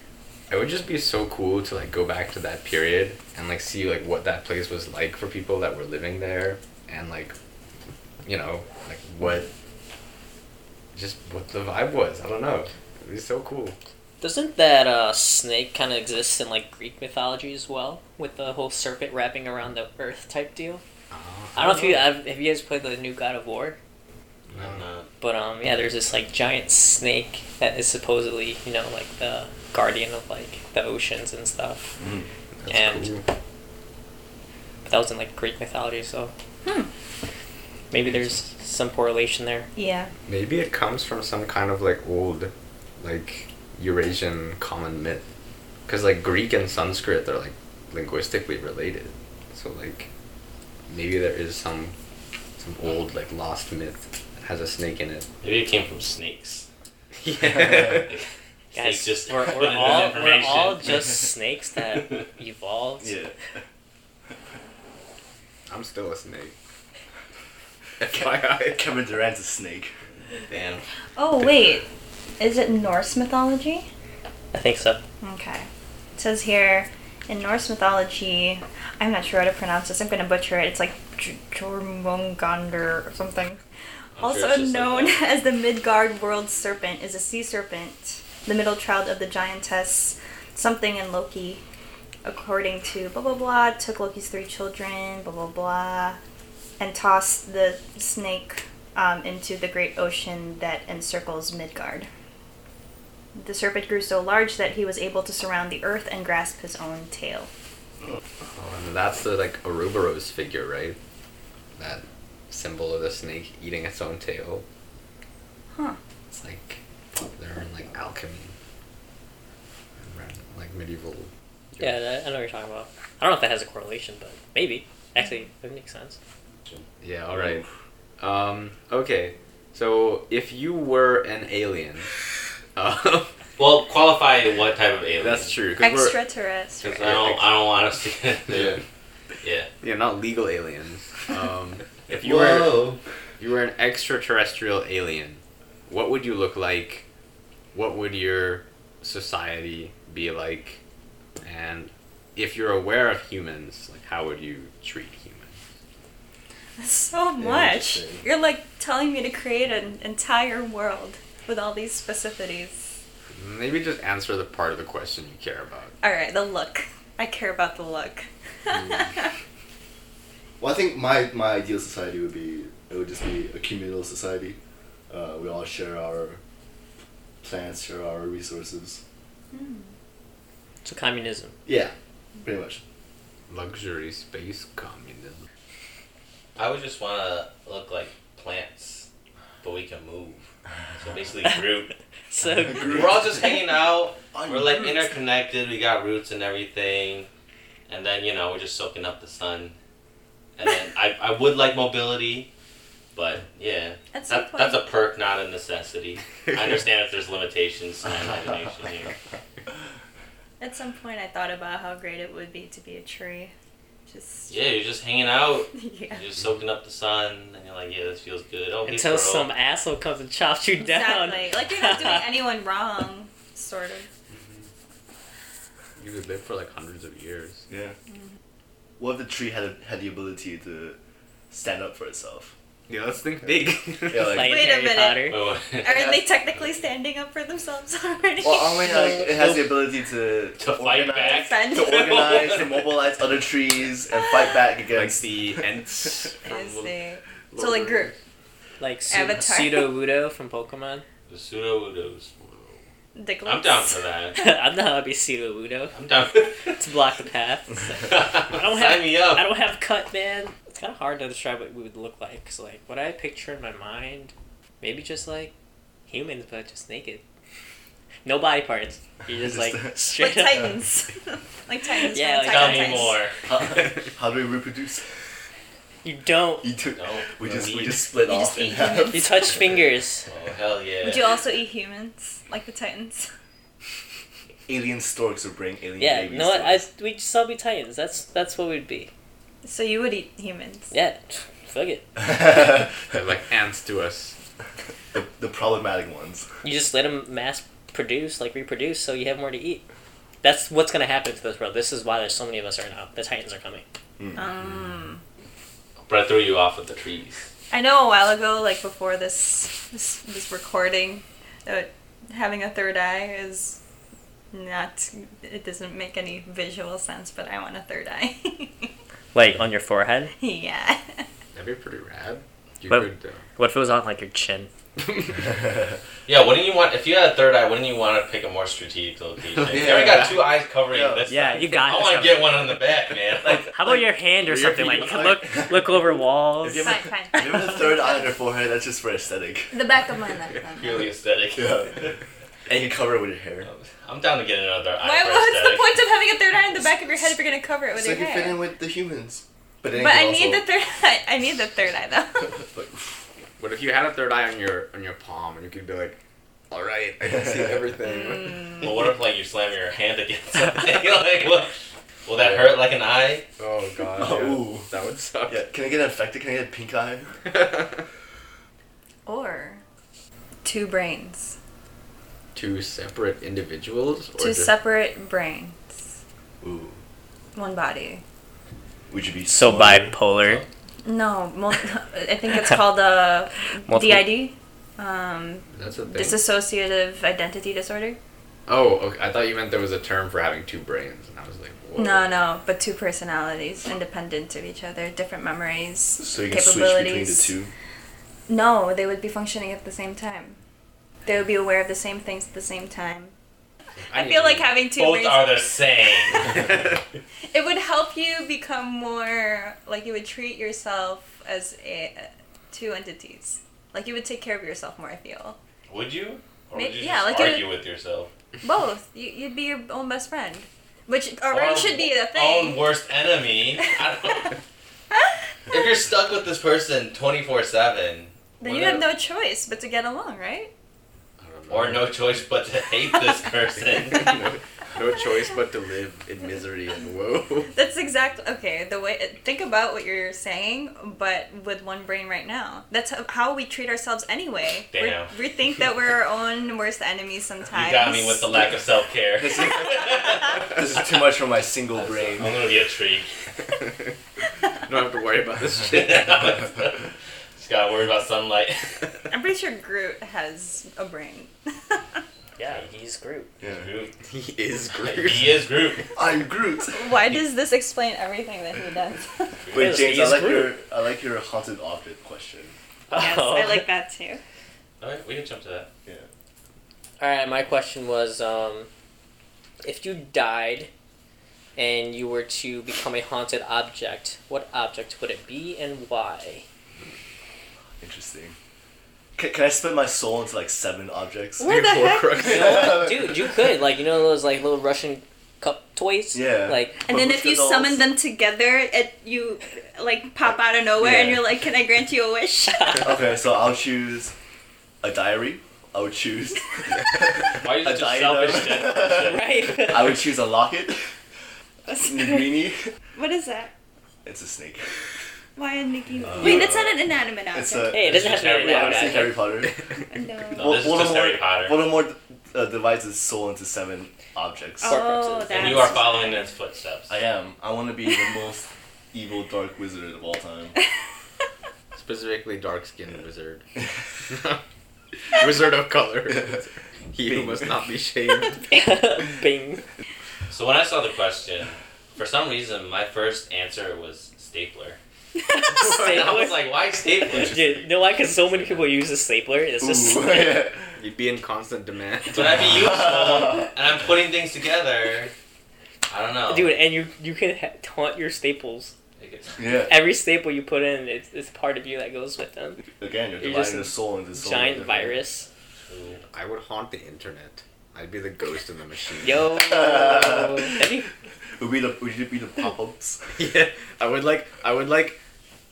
[SPEAKER 4] it would just be so cool to like go back to that period and like see like what that place was like for people that were living there and like, you know, like what, just what the vibe was. I don't know. It'd be so cool.
[SPEAKER 3] Doesn't that uh, snake kind of exist in like Greek mythology as well, with the whole serpent wrapping around the earth type deal? I don't know if you have, have you guys played the new God of War,
[SPEAKER 5] I'm not-
[SPEAKER 3] but um yeah, there's this like giant snake that is supposedly you know like the guardian of like the oceans and stuff.
[SPEAKER 1] Mm.
[SPEAKER 4] That's
[SPEAKER 3] And-
[SPEAKER 4] cool.
[SPEAKER 3] But that was in like Greek mythology, so
[SPEAKER 2] Hmm.
[SPEAKER 3] maybe there's some correlation there.
[SPEAKER 2] Yeah.
[SPEAKER 4] maybe it comes from some kind of like old, like Eurasian common myth, because like Greek and Sanskrit they're like linguistically related, so like maybe there is some some old like lost myth that has a snake in it.
[SPEAKER 5] Maybe it came from snakes.
[SPEAKER 1] Yeah.
[SPEAKER 3] Guys,
[SPEAKER 5] Snakes just
[SPEAKER 3] we're,
[SPEAKER 5] put
[SPEAKER 3] we're,
[SPEAKER 5] in
[SPEAKER 3] all, we're
[SPEAKER 5] information.
[SPEAKER 3] all just snakes that evolved.
[SPEAKER 1] Yeah.
[SPEAKER 4] I'm still a snake.
[SPEAKER 1] Ke-
[SPEAKER 4] FYI.
[SPEAKER 1] Kevin Durant's a snake.
[SPEAKER 5] Damn.
[SPEAKER 2] Oh wait, is it Norse mythology?
[SPEAKER 3] I think so.
[SPEAKER 2] Okay. It says here, in Norse mythology, I'm not sure how to pronounce this. I'm gonna butcher it. It's like J- Jormungandr or something.
[SPEAKER 5] I'm
[SPEAKER 2] Also
[SPEAKER 5] sure it's just like
[SPEAKER 2] known
[SPEAKER 5] that.
[SPEAKER 2] as the Midgard world serpent, is a sea serpent, the middle child of the giantess, something in Loki. According to blah blah blah, took Loki's three children, blah blah blah, and tossed the snake um, into the great ocean that encircles Midgard. The serpent grew so large that he was able to surround the earth and grasp his own tail.
[SPEAKER 4] Oh, and that's the like Ouroboros figure, right? That symbol of the snake eating its own tail.
[SPEAKER 2] Huh.
[SPEAKER 4] It's like popular in like alchemy, and around, like medieval.
[SPEAKER 3] Yeah, that, I know what you're talking about. I don't know if that has a correlation, but maybe. Actually, that makes sense.
[SPEAKER 4] Yeah. All right. Um. Okay. So if you were an alien, uh,
[SPEAKER 5] Well, qualify what type of alien.
[SPEAKER 4] that's true. 'cause we're-
[SPEAKER 2] Extraterrestrial.
[SPEAKER 5] Because I don't, I don't want us to get
[SPEAKER 4] Yeah.
[SPEAKER 5] the, yeah.
[SPEAKER 4] Yeah, not legal aliens. Um, if you were
[SPEAKER 5] Whoa.
[SPEAKER 4] if you were an extraterrestrial alien, what would you look like? What would your society be like? And if you're aware of humans, like how would you treat humans?
[SPEAKER 2] So much.
[SPEAKER 4] Interesting.
[SPEAKER 2] You're like telling me to create an entire world with all these specificities.
[SPEAKER 4] Maybe just answer the part of the question you care about.
[SPEAKER 2] All right, the look. I care about the look.
[SPEAKER 5] Hmm.
[SPEAKER 6] Well, I think my, my ideal society would be it would just be a communal society. Uh, we all share our plans, share our resources.
[SPEAKER 3] So communism.
[SPEAKER 6] Yeah, pretty much.
[SPEAKER 4] Luxury space communism.
[SPEAKER 5] I would just want to look like plants, but we can move. So basically, Groot.
[SPEAKER 3] So
[SPEAKER 5] We're all just hanging out. We're like interconnected. We got roots and everything, and then you know we're just soaking up the sun. And then I, I would like mobility, but yeah,
[SPEAKER 2] At some
[SPEAKER 5] that,
[SPEAKER 2] point,
[SPEAKER 5] that's a perk, not a necessity. I understand if there's limitations to my imagination here.
[SPEAKER 2] at some point, I thought about how great it would be to be a tree. Just
[SPEAKER 5] Yeah, you're just hanging out.
[SPEAKER 2] yeah.
[SPEAKER 5] You're just soaking up the sun, and you're like, yeah, this feels good. Oh,
[SPEAKER 3] until
[SPEAKER 5] peace, bro.
[SPEAKER 3] some asshole comes and chops you down.
[SPEAKER 2] Exactly. Like you're not doing anyone wrong, sort of.
[SPEAKER 4] You could live for like hundreds of years.
[SPEAKER 6] Yeah. What if the tree had had the ability to stand up for itself?
[SPEAKER 4] Yeah, let's think big.
[SPEAKER 6] Yeah, like-
[SPEAKER 3] Like in
[SPEAKER 2] Wait a
[SPEAKER 3] Harry
[SPEAKER 2] minute.
[SPEAKER 3] Potter.
[SPEAKER 5] Wait, wait.
[SPEAKER 2] Are they technically standing up for themselves already?
[SPEAKER 6] Well, I mean, like, it has the ability to
[SPEAKER 5] To fight
[SPEAKER 6] organize,
[SPEAKER 5] back.
[SPEAKER 2] Defend.
[SPEAKER 6] to organize, to mobilize other trees and fight back
[SPEAKER 4] like
[SPEAKER 6] against.
[SPEAKER 4] the ants.
[SPEAKER 2] I
[SPEAKER 4] from
[SPEAKER 2] see.
[SPEAKER 4] Lord-
[SPEAKER 2] So like group.
[SPEAKER 3] Like pseudo
[SPEAKER 2] Avatar.
[SPEAKER 3] Wudo from Pokemon.
[SPEAKER 5] The pseudo wudos.
[SPEAKER 2] The
[SPEAKER 5] I'm down for that.
[SPEAKER 3] I know I'd be pseudo Wudo
[SPEAKER 5] I'm down.
[SPEAKER 3] to block the path.
[SPEAKER 5] I
[SPEAKER 3] don't
[SPEAKER 5] Sign
[SPEAKER 3] have-
[SPEAKER 5] me up.
[SPEAKER 3] I don't have cut, man. It's kind of hard to describe what we would look like. Cause like what I picture in my mind, maybe just like humans, but just naked, no body parts. You're just,
[SPEAKER 6] Just, uh,
[SPEAKER 3] like
[SPEAKER 2] Like
[SPEAKER 3] straight up.
[SPEAKER 2] Titans. like Titans.
[SPEAKER 3] Yeah,
[SPEAKER 2] from
[SPEAKER 3] like
[SPEAKER 2] Attack on
[SPEAKER 5] Tell me
[SPEAKER 2] Titan.
[SPEAKER 5] more.
[SPEAKER 6] How, how do we reproduce?
[SPEAKER 3] You don't.
[SPEAKER 6] You took,
[SPEAKER 5] No,
[SPEAKER 6] we
[SPEAKER 5] no
[SPEAKER 6] just we
[SPEAKER 5] need.
[SPEAKER 6] just split
[SPEAKER 2] You
[SPEAKER 6] off
[SPEAKER 2] just
[SPEAKER 6] in
[SPEAKER 2] eat
[SPEAKER 6] half.
[SPEAKER 3] You touch fingers.
[SPEAKER 5] Oh hell yeah.
[SPEAKER 2] Would you also eat humans like the Titans?
[SPEAKER 6] Alien storks would bring alien
[SPEAKER 3] Yeah,
[SPEAKER 6] babies.
[SPEAKER 3] you know what?
[SPEAKER 6] to
[SPEAKER 3] I
[SPEAKER 6] us.
[SPEAKER 3] we just all be titans. That's that's what we'd be.
[SPEAKER 2] So you would eat humans.
[SPEAKER 3] Yeah, fuck it.
[SPEAKER 4] They're like ants to us.
[SPEAKER 6] the, the problematic ones.
[SPEAKER 3] You just let them mass produce, like reproduce, so you have more to eat. That's what's gonna happen to this world. This is why there's so many of us right now. The titans are coming.
[SPEAKER 2] Um,
[SPEAKER 5] But I threw you off with the trees.
[SPEAKER 2] I know a while ago, like before this this, this recording, that having a third eye is not. It doesn't make any visual sense, but I want a third eye.
[SPEAKER 3] Like on your forehead.
[SPEAKER 2] yeah.
[SPEAKER 4] That'd be pretty rad. You
[SPEAKER 3] But-
[SPEAKER 4] could.
[SPEAKER 3] What if it was on like your chin?
[SPEAKER 5] Yeah, wouldn't you want if you had a third eye? Wouldn't you want to pick a more strategic location?
[SPEAKER 4] Yeah.
[SPEAKER 5] They already got two eyes covering
[SPEAKER 6] Yeah.
[SPEAKER 5] this.
[SPEAKER 3] Yeah, you got
[SPEAKER 5] I
[SPEAKER 3] it.
[SPEAKER 5] want to get one on the back, man. Like,
[SPEAKER 3] How about your hand or
[SPEAKER 6] Your
[SPEAKER 3] something? Like you can
[SPEAKER 6] hand.
[SPEAKER 3] look look over walls.
[SPEAKER 6] If you
[SPEAKER 2] Fine,
[SPEAKER 6] have
[SPEAKER 2] fine.
[SPEAKER 6] Give it a third eye on their forehead. That's just for aesthetic.
[SPEAKER 2] The back of my neck.
[SPEAKER 5] purely aesthetic.
[SPEAKER 4] uh,
[SPEAKER 6] Yeah. And you cover it with your hair.
[SPEAKER 5] I'm down to get another eye.
[SPEAKER 2] Why,
[SPEAKER 5] for
[SPEAKER 2] what's the
[SPEAKER 5] aesthetic.
[SPEAKER 2] point of having a third eye in the back of your head if you're gonna cover it with
[SPEAKER 6] so
[SPEAKER 2] your
[SPEAKER 6] you
[SPEAKER 2] hair?
[SPEAKER 6] fit in with the humans. But, then
[SPEAKER 2] But
[SPEAKER 6] you
[SPEAKER 2] I
[SPEAKER 6] also-
[SPEAKER 2] need the third eye. I need the third eye though.
[SPEAKER 6] Like,
[SPEAKER 4] What if you had a third eye on your on your palm and you could be like, all right, I can see everything.
[SPEAKER 5] But what if like you slam your hand against something? like, what? Will that hurt like an eye?
[SPEAKER 4] oh god,
[SPEAKER 6] Oh,
[SPEAKER 4] yeah.
[SPEAKER 6] ooh.
[SPEAKER 4] that would suck.
[SPEAKER 6] yeah, can I get affected? Can I get pink eye?
[SPEAKER 2] Or two brains,
[SPEAKER 4] Two separate individuals, or
[SPEAKER 2] two
[SPEAKER 4] just
[SPEAKER 2] separate brains.
[SPEAKER 6] Ooh.
[SPEAKER 2] One body.
[SPEAKER 6] Would you be
[SPEAKER 3] So
[SPEAKER 6] smarter?
[SPEAKER 3] bipolar.
[SPEAKER 2] No, mul- I think it's called uh, a
[SPEAKER 3] Multiple-
[SPEAKER 2] DID, um,
[SPEAKER 4] That's a thing.
[SPEAKER 2] dissociative identity disorder.
[SPEAKER 4] oh, okay. I thought you meant there was a term for having two brains, and I was like, Whoa.
[SPEAKER 2] No, no, but two personalities, independent of each other, different memories,
[SPEAKER 6] So you can switch between the
[SPEAKER 2] capabilities.
[SPEAKER 6] two.
[SPEAKER 2] No, they would be functioning at the same time. They would be aware of the same things at the same time. I,
[SPEAKER 4] need
[SPEAKER 2] feel
[SPEAKER 4] to-
[SPEAKER 2] like having two
[SPEAKER 5] Both
[SPEAKER 2] brains.
[SPEAKER 5] are the same.
[SPEAKER 2] it would help you become more like you would treat yourself as a two entities. Like you would take care of yourself more. I feel
[SPEAKER 5] Would you? Or
[SPEAKER 2] May-
[SPEAKER 5] would you
[SPEAKER 2] yeah, like
[SPEAKER 5] just
[SPEAKER 2] it-
[SPEAKER 5] argue with yourself?
[SPEAKER 2] both. You, you'd be your own best friend, which already
[SPEAKER 5] Or
[SPEAKER 2] should be a
[SPEAKER 5] Own
[SPEAKER 2] thing.
[SPEAKER 5] worst enemy. I don't know. if you're stuck with this person 24 7,
[SPEAKER 2] Then you have no choice but to get along, right?
[SPEAKER 4] I don't know.
[SPEAKER 5] or no choice but to hate this person.
[SPEAKER 4] no, no choice but to live in misery and woe.
[SPEAKER 2] That's exactly okay. The way think about what you're saying, but with one brain right now. That's how, how we treat ourselves anyway. We're-
[SPEAKER 5] Damn.
[SPEAKER 2] We think that we're our own worst enemies sometimes.
[SPEAKER 5] You got me with the lack of self care.
[SPEAKER 6] This is too much for my single
[SPEAKER 5] I'm
[SPEAKER 6] brain.
[SPEAKER 5] gonna be a tree.
[SPEAKER 4] You don't have to worry about this shit.
[SPEAKER 5] Just gotta worry about sunlight.
[SPEAKER 2] I'm pretty sure Groot has a brain.
[SPEAKER 3] Yeah, he's Groot.
[SPEAKER 5] Groot.
[SPEAKER 4] he is Groot.
[SPEAKER 5] He is Groot.
[SPEAKER 6] I'm Groot.
[SPEAKER 2] Why does this explain everything that he does?
[SPEAKER 6] Wait,
[SPEAKER 3] Yes,
[SPEAKER 6] James,
[SPEAKER 3] he
[SPEAKER 6] I
[SPEAKER 3] is
[SPEAKER 6] like your
[SPEAKER 3] Groot.
[SPEAKER 6] I like your haunted object question.
[SPEAKER 2] yes,
[SPEAKER 3] Oh.
[SPEAKER 2] I like that too.
[SPEAKER 5] Alright, we can jump to that.
[SPEAKER 6] Yeah.
[SPEAKER 3] All right, my question was um, if you died and you were to become a haunted object, what object would it be and why?
[SPEAKER 6] Interesting. Can, can I split my soul into like seven objects?
[SPEAKER 2] Where the heck?
[SPEAKER 3] You know what? Dude, you could like you know those like little Russian cup toys.
[SPEAKER 6] Yeah.
[SPEAKER 3] Like
[SPEAKER 2] And then if you
[SPEAKER 6] Babushka
[SPEAKER 2] summon
[SPEAKER 6] dolls.
[SPEAKER 2] them together, it you like pop out of nowhere and
[SPEAKER 6] Yeah.
[SPEAKER 2] you're like, "Can I grant you a wish?"
[SPEAKER 6] Okay, so I'll choose a diary. I would choose.
[SPEAKER 5] Why are you
[SPEAKER 6] A
[SPEAKER 5] such a
[SPEAKER 6] dino.
[SPEAKER 5] selfish dead
[SPEAKER 3] right.
[SPEAKER 6] I would choose a locket. Nigrini.
[SPEAKER 2] what is that?
[SPEAKER 6] It's a snake.
[SPEAKER 2] Why a Nikki?
[SPEAKER 6] Uh,
[SPEAKER 2] Wait, that's not an inanimate object.
[SPEAKER 6] It's a.
[SPEAKER 3] Hey, it doesn't have to be
[SPEAKER 6] Yeah,
[SPEAKER 3] really
[SPEAKER 6] obviously Harry Potter.
[SPEAKER 2] no.
[SPEAKER 5] No, this is just
[SPEAKER 6] Voldemort-
[SPEAKER 5] Harry Potter.
[SPEAKER 6] Voldemort uh, divides his soul into seven objects.
[SPEAKER 3] Oh.
[SPEAKER 2] Oh,
[SPEAKER 3] And
[SPEAKER 2] that's
[SPEAKER 5] And you are following in his footsteps.
[SPEAKER 6] I am. I want to be the most evil dark wizard of all time.
[SPEAKER 4] Specifically, dark skinned wizard. wizard of color. He who must not be shamed.
[SPEAKER 3] Bing.
[SPEAKER 5] So when I saw the question, for some reason my first answer was stapler. And I was like, why stapler?
[SPEAKER 3] Dude, you know why? Because so many people use a stapler. It's just
[SPEAKER 6] Ooh, yeah.
[SPEAKER 4] You'd be in constant demand.
[SPEAKER 5] But I'd be useful, and I'm putting things together. I don't know.
[SPEAKER 3] dude, and you you can ha- taunt your staples.
[SPEAKER 5] It gets-
[SPEAKER 6] Yeah.
[SPEAKER 3] Every staple you put in, it's, it's part of you that goes with them.
[SPEAKER 6] Again, you're
[SPEAKER 3] You're
[SPEAKER 6] dividing
[SPEAKER 3] just
[SPEAKER 6] the soul into so many
[SPEAKER 3] Giant
[SPEAKER 6] different-
[SPEAKER 3] virus.
[SPEAKER 4] I would haunt the internet. I'd be the ghost in the machine.
[SPEAKER 3] Yo. That'd be
[SPEAKER 6] Would be the would you be the pop ups?
[SPEAKER 4] Yeah, I would like, I would like,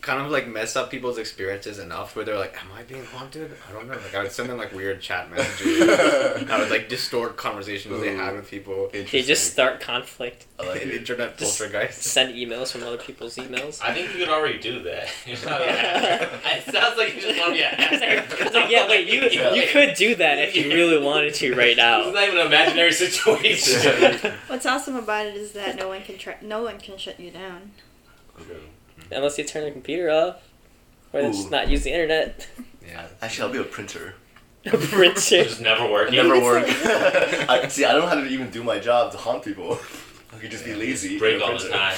[SPEAKER 4] kind of like mess up people's experiences enough where they're like, "Am I being haunted?" I don't know. Like I would send them like weird chat messages. I would like distort conversations they
[SPEAKER 6] Ooh.
[SPEAKER 4] had with people.
[SPEAKER 3] They just start conflict.
[SPEAKER 6] I like it.
[SPEAKER 4] internet
[SPEAKER 3] Just-
[SPEAKER 4] poltergeist.
[SPEAKER 3] Send emails from other people's emails.
[SPEAKER 5] I think you could already do that. You're not a
[SPEAKER 3] Yeah.
[SPEAKER 5] hacker. it sounds like you just want to be a
[SPEAKER 3] It's like,
[SPEAKER 5] hacker.
[SPEAKER 3] it's like, yeah, wait, you you could do that if you really wanted to right
[SPEAKER 5] This is
[SPEAKER 3] now.
[SPEAKER 5] not even an imaginary situation.
[SPEAKER 2] What's awesome about it is that no one can tra- no one can shut you down.
[SPEAKER 3] Unless you turn the computer off, or they just
[SPEAKER 6] Ooh.
[SPEAKER 3] not use the internet.
[SPEAKER 4] Yeah.
[SPEAKER 6] Actually, I'll be a printer.
[SPEAKER 3] Printer.
[SPEAKER 5] Just never working.
[SPEAKER 6] Never
[SPEAKER 2] could
[SPEAKER 6] work.
[SPEAKER 2] say-
[SPEAKER 6] I, see, I don't know how to even do my job to haunt people. I could just be
[SPEAKER 4] Yeah,
[SPEAKER 6] lazy.
[SPEAKER 5] break
[SPEAKER 6] and a
[SPEAKER 5] all the
[SPEAKER 6] printer.
[SPEAKER 5] time.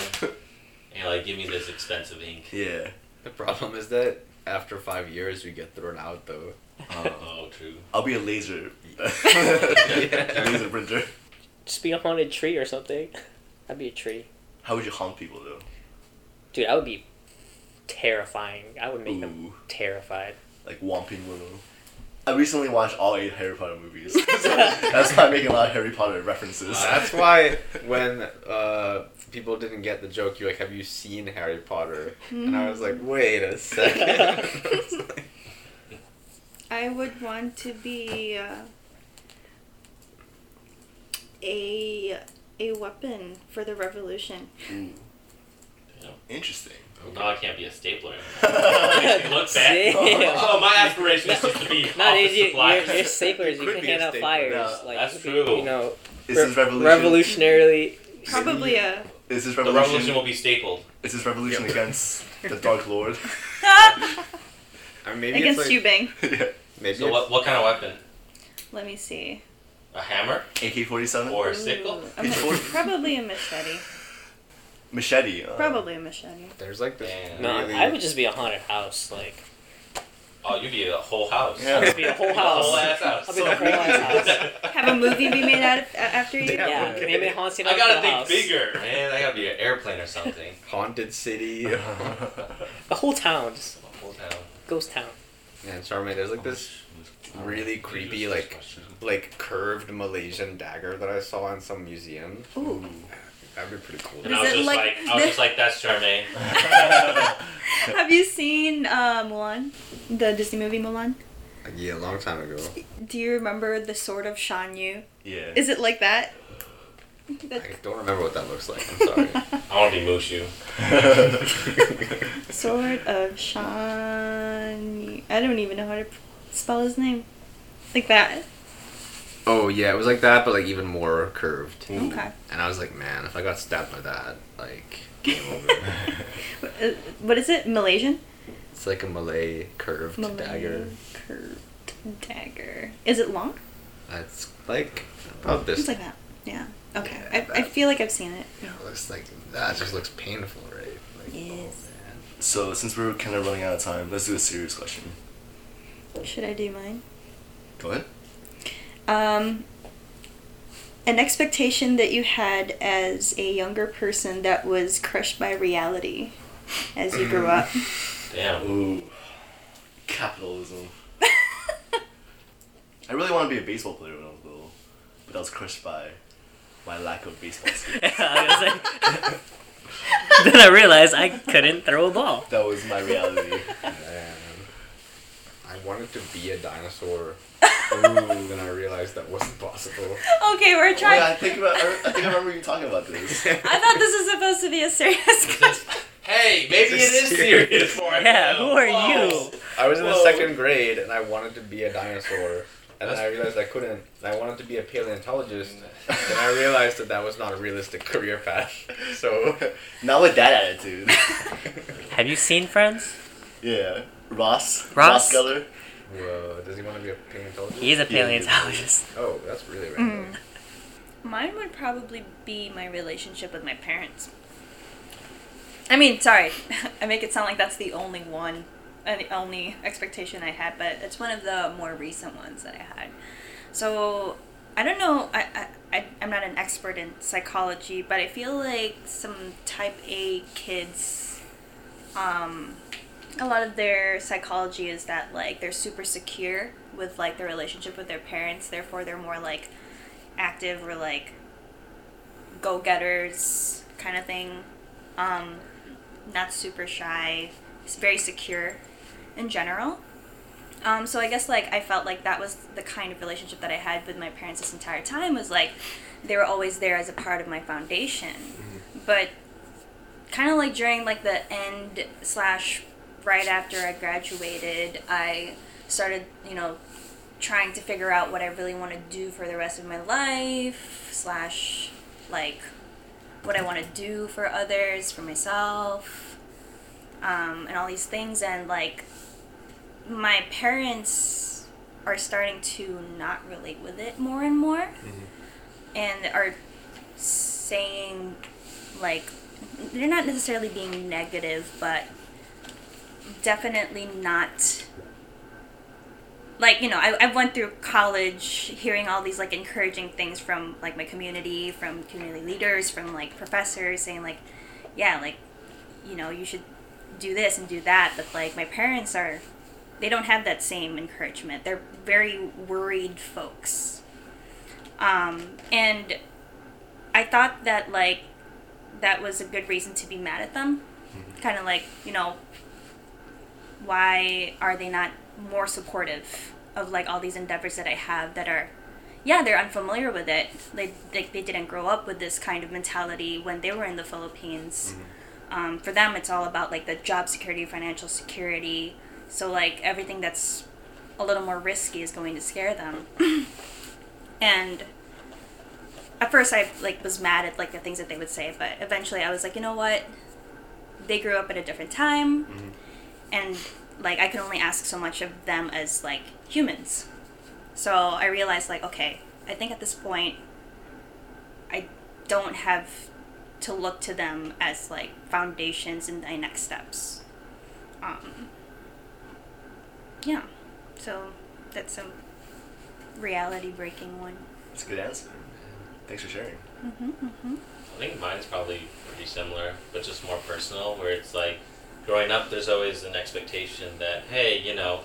[SPEAKER 5] And you're like, give me this expensive ink.
[SPEAKER 6] Yeah.
[SPEAKER 4] The problem is that after five years, we get thrown out though.
[SPEAKER 6] Uh,
[SPEAKER 5] Oh, true.
[SPEAKER 6] I'll be a laser.
[SPEAKER 4] Yeah.
[SPEAKER 6] laser printer.
[SPEAKER 3] Just be a haunted tree or something. I'd be a tree.
[SPEAKER 6] How would you haunt people though?
[SPEAKER 3] Dude, I would be terrifying. I would make them
[SPEAKER 6] Ooh,
[SPEAKER 3] terrified.
[SPEAKER 6] like Whomping Willow. I recently watched all eight Harry Potter movies. so that's why I'm making a lot of Harry Potter references.
[SPEAKER 4] Uh, that's why when uh, people didn't get the joke, you're like, "Have you seen Harry Potter?" And I was like, "Wait a second.
[SPEAKER 2] I would want to be uh, a a weapon for the revolution.
[SPEAKER 3] Mm.
[SPEAKER 6] Ooh.
[SPEAKER 5] Yeah.
[SPEAKER 6] Interesting.
[SPEAKER 5] No, I can't be a stapler.
[SPEAKER 6] That's
[SPEAKER 5] You look back.
[SPEAKER 3] Damn.
[SPEAKER 5] Oh, my aspiration is just to be
[SPEAKER 3] Not
[SPEAKER 5] office
[SPEAKER 3] easy. Your,
[SPEAKER 5] supplies.
[SPEAKER 3] your staplers, you
[SPEAKER 4] Could
[SPEAKER 3] can
[SPEAKER 4] be a
[SPEAKER 3] hand out
[SPEAKER 4] stapler.
[SPEAKER 3] flyers.
[SPEAKER 6] No,
[SPEAKER 3] like
[SPEAKER 5] that's
[SPEAKER 3] you could,
[SPEAKER 5] true.
[SPEAKER 3] You know,
[SPEAKER 6] This is revolution.
[SPEAKER 3] revolutionarily.
[SPEAKER 6] Probably
[SPEAKER 2] a
[SPEAKER 1] Is this
[SPEAKER 5] The
[SPEAKER 1] revolution?
[SPEAKER 5] revolution will be stapled.
[SPEAKER 1] Is this revolution
[SPEAKER 4] Yep.
[SPEAKER 1] against the Dark Lord?
[SPEAKER 4] I mean, maybe
[SPEAKER 2] Against
[SPEAKER 4] it's
[SPEAKER 2] you,
[SPEAKER 4] like,
[SPEAKER 2] Bing.
[SPEAKER 1] yeah.
[SPEAKER 4] maybe
[SPEAKER 5] So what, what kind of weapon?
[SPEAKER 2] Let me see.
[SPEAKER 5] A hammer
[SPEAKER 1] AK forty seven
[SPEAKER 5] or a
[SPEAKER 2] Ooh,
[SPEAKER 5] sickle?
[SPEAKER 2] I'm gonna- probably a machete.
[SPEAKER 1] machete. uh,
[SPEAKER 2] Probably a machete.
[SPEAKER 4] it's- there's like this.
[SPEAKER 5] Damn.
[SPEAKER 3] No,
[SPEAKER 4] really-
[SPEAKER 3] I would just be a haunted house. Like,
[SPEAKER 5] Oh, you'd be a whole house.
[SPEAKER 1] Yeah.
[SPEAKER 3] I'd be a whole
[SPEAKER 5] The whole
[SPEAKER 3] house.
[SPEAKER 5] ass house.
[SPEAKER 3] I'll be the whole ass house.
[SPEAKER 2] Have a movie be made out of, a- after you.
[SPEAKER 4] Yeah.
[SPEAKER 3] Yeah,
[SPEAKER 4] okay.
[SPEAKER 3] maybe a haunted house.
[SPEAKER 5] I gotta
[SPEAKER 3] the
[SPEAKER 5] think
[SPEAKER 3] house.
[SPEAKER 5] bigger, man. I gotta be an airplane or something.
[SPEAKER 4] haunted city.
[SPEAKER 1] Uh-huh.
[SPEAKER 3] The whole town, just
[SPEAKER 5] A whole town.
[SPEAKER 3] ghost town.
[SPEAKER 4] Yeah, sorry, man. There's like this really creepy, like, like curved Malaysian dagger that I saw in some museum.
[SPEAKER 2] Ooh.
[SPEAKER 4] That'd be pretty cool.
[SPEAKER 5] And
[SPEAKER 2] Is
[SPEAKER 5] I was
[SPEAKER 2] it
[SPEAKER 5] just
[SPEAKER 2] like
[SPEAKER 5] like, I was
[SPEAKER 2] the-
[SPEAKER 5] just like, that's Charmaine.
[SPEAKER 2] Have you seen uh, Mulan? The Disney movie Mulan?
[SPEAKER 4] Yeah, a long time ago.
[SPEAKER 2] Do you remember the sword of Shan Yu?
[SPEAKER 1] yeah.
[SPEAKER 2] Is it like that?
[SPEAKER 4] I
[SPEAKER 2] The
[SPEAKER 4] don't remember what that looks like. I'm sorry.
[SPEAKER 5] I want to be Mushu.
[SPEAKER 2] sword uh- of Shan Yu. I don't even know how to p- spell his name. Like that.
[SPEAKER 4] oh yeah, it was like that, but like even more curved.
[SPEAKER 2] Okay.
[SPEAKER 4] And I was like, man, if I got stabbed by that, like game over.
[SPEAKER 2] Uh, What is it? Malaysian?
[SPEAKER 4] it's like a Malay curved
[SPEAKER 2] Malay
[SPEAKER 4] dagger.
[SPEAKER 2] Curved dagger. Is it long?
[SPEAKER 4] That's like about this.
[SPEAKER 2] It's like that. Yeah. Okay.
[SPEAKER 4] Yeah,
[SPEAKER 2] I, I
[SPEAKER 4] that-
[SPEAKER 2] feel like I've seen it. Yeah.
[SPEAKER 4] It looks like that. Just looks painful, right? Like,
[SPEAKER 2] Yes.
[SPEAKER 4] Oh, man.
[SPEAKER 1] So since we're kind of running out of time, let's do a serious question.
[SPEAKER 2] Should I do mine?
[SPEAKER 1] Go ahead.
[SPEAKER 2] Um, an expectation that you had as a younger person that was crushed by reality as you grew up.
[SPEAKER 5] Damn.
[SPEAKER 1] Ooh. Capitalism. I really want to be a baseball player when I was little, but I was crushed by my lack of baseball skills.
[SPEAKER 3] I was like- then I realized I couldn't throw a ball.
[SPEAKER 1] that was my reality.
[SPEAKER 4] Man. I wanted to be a dinosaur. Ooh, then I realized that wasn't possible.
[SPEAKER 2] okay, we're
[SPEAKER 1] Oh, yeah, I
[SPEAKER 2] trying.
[SPEAKER 1] think about, I, I think I remember you talking about this.
[SPEAKER 2] I thought this was supposed to be a serious.
[SPEAKER 5] Hey, maybe it
[SPEAKER 4] This
[SPEAKER 5] is
[SPEAKER 4] is serious.
[SPEAKER 5] serious for him.
[SPEAKER 3] Yeah, who are
[SPEAKER 5] Whoa.
[SPEAKER 3] you?
[SPEAKER 4] I was in the
[SPEAKER 5] Whoa.
[SPEAKER 4] second grade and I wanted to be a dinosaur. And then
[SPEAKER 5] That's-
[SPEAKER 4] I realized I couldn't. And I wanted to be a paleontologist. And I realized that that was not a realistic career path. So,
[SPEAKER 1] Not with that attitude.
[SPEAKER 3] Have you seen Friends?
[SPEAKER 1] yeah. Ross.
[SPEAKER 3] Ross?
[SPEAKER 1] Geller.
[SPEAKER 4] whoa, does he want to be a paleontologist?
[SPEAKER 3] He's a
[SPEAKER 1] Yeah, he is.
[SPEAKER 3] paleontologist.
[SPEAKER 4] Oh, that's really random.
[SPEAKER 2] Mine would probably be my relationship with my parents. I mean, sorry, I make it sound like that's the only one, uh, the only expectation I had, but it's one of the more recent ones that I had. So I don't know. I, I- I I'm not an expert in psychology, but I feel like some type A kids, um, a lot of their psychology is that like they're super secure with like their relationship with their parents. Therefore, they're more like active or like go getters kind of thing. Um, not super shy. It's very secure in general. Um, so I guess like I felt like that was the kind of relationship that I had with my parents this entire time was like they were always there as a part of my foundation, but kind of like during like the end slash right after I graduated, I started you know trying to figure out what I really want to do for the rest of my life slash like what I want to do for others for myself um, and all these things and like my parents are starting to not relate with it more and more and are saying like they're not necessarily being negative but definitely not like you know I, I went through college hearing all these like encouraging things from like my community from community leaders from like professors saying like yeah like you know you should do this and do that but like my parents are they don't have that same encouragement they're very worried folks um, and i thought that like that was a good reason to be mad at them kind of like you know why are they not more supportive of like all these endeavors that I have that are yeah they're unfamiliar with it they like they didn't grow up with this kind of mentality when they were in the Philippines um, for them it's all about like the job security financial security so like everything that's a little more risky is going to scare them and at first I like was mad at like the things that they would say, but eventually I was like, you know what? They grew up at a different time,
[SPEAKER 4] Mhm.
[SPEAKER 2] and like I can only ask so much of them as like humans. So I realized like, okay, I think at this point, I don't have to look to them as like foundations in my next steps. Um, yeah, so that's a reality breaking one.
[SPEAKER 6] That's a good answer. Thanks for sharing.
[SPEAKER 2] Mm-hmm, mm-hmm.
[SPEAKER 5] I think mine's probably pretty similar, but just more personal, where it's like growing up, there's always an expectation that, hey, you know,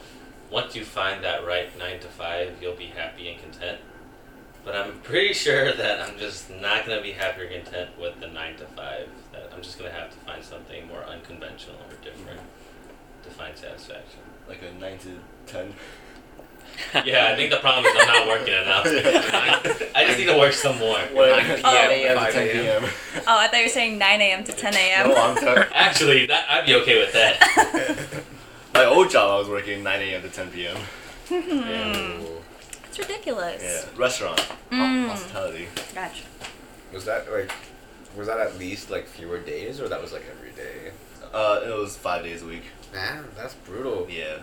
[SPEAKER 5] once you find that right nine to five, you'll be happy and content. But I'm pretty sure that I'm just not going to be happy or content with the nine to five, that I'm just going to have to find something more unconventional or different to find satisfaction.
[SPEAKER 6] Like a nine to ten.
[SPEAKER 5] Yeah, I think the problem is I'm not working enough. I just need to work some more.
[SPEAKER 1] Well,
[SPEAKER 4] 9
[SPEAKER 1] a.m.
[SPEAKER 4] p.m.
[SPEAKER 1] to 10 p.m.
[SPEAKER 2] Oh, I thought you were saying 9 a.m. to 10 a.m.
[SPEAKER 1] No, Oh, I'm sorry.
[SPEAKER 5] Actually, that, I'd be okay with that.
[SPEAKER 1] My old job, I was working 9 a.m. to 10 p.m.
[SPEAKER 5] Yeah.
[SPEAKER 2] it's ridiculous.
[SPEAKER 1] Yeah, restaurant, ho-
[SPEAKER 2] Mm.
[SPEAKER 1] hospitality.
[SPEAKER 2] Gotcha.
[SPEAKER 4] Was that like, was that at least like fewer days, or that was like every day?
[SPEAKER 1] Uh, it was five days a week.
[SPEAKER 4] Man, that's brutal.
[SPEAKER 1] Yeah.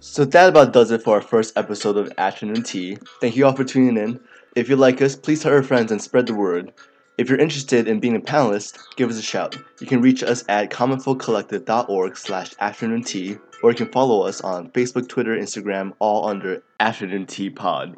[SPEAKER 6] So that about does it for our first episode of Afternoon Tea. Thank you all for tuning in. If you like us, please tell your friends and spread the word. If you're interested in being a panelist, give us a shout. You can reach us at commonfolkcollective.org slash afternoon tea, or you can follow us on Facebook, Twitter, Instagram, all under Afternoon Tea Pod.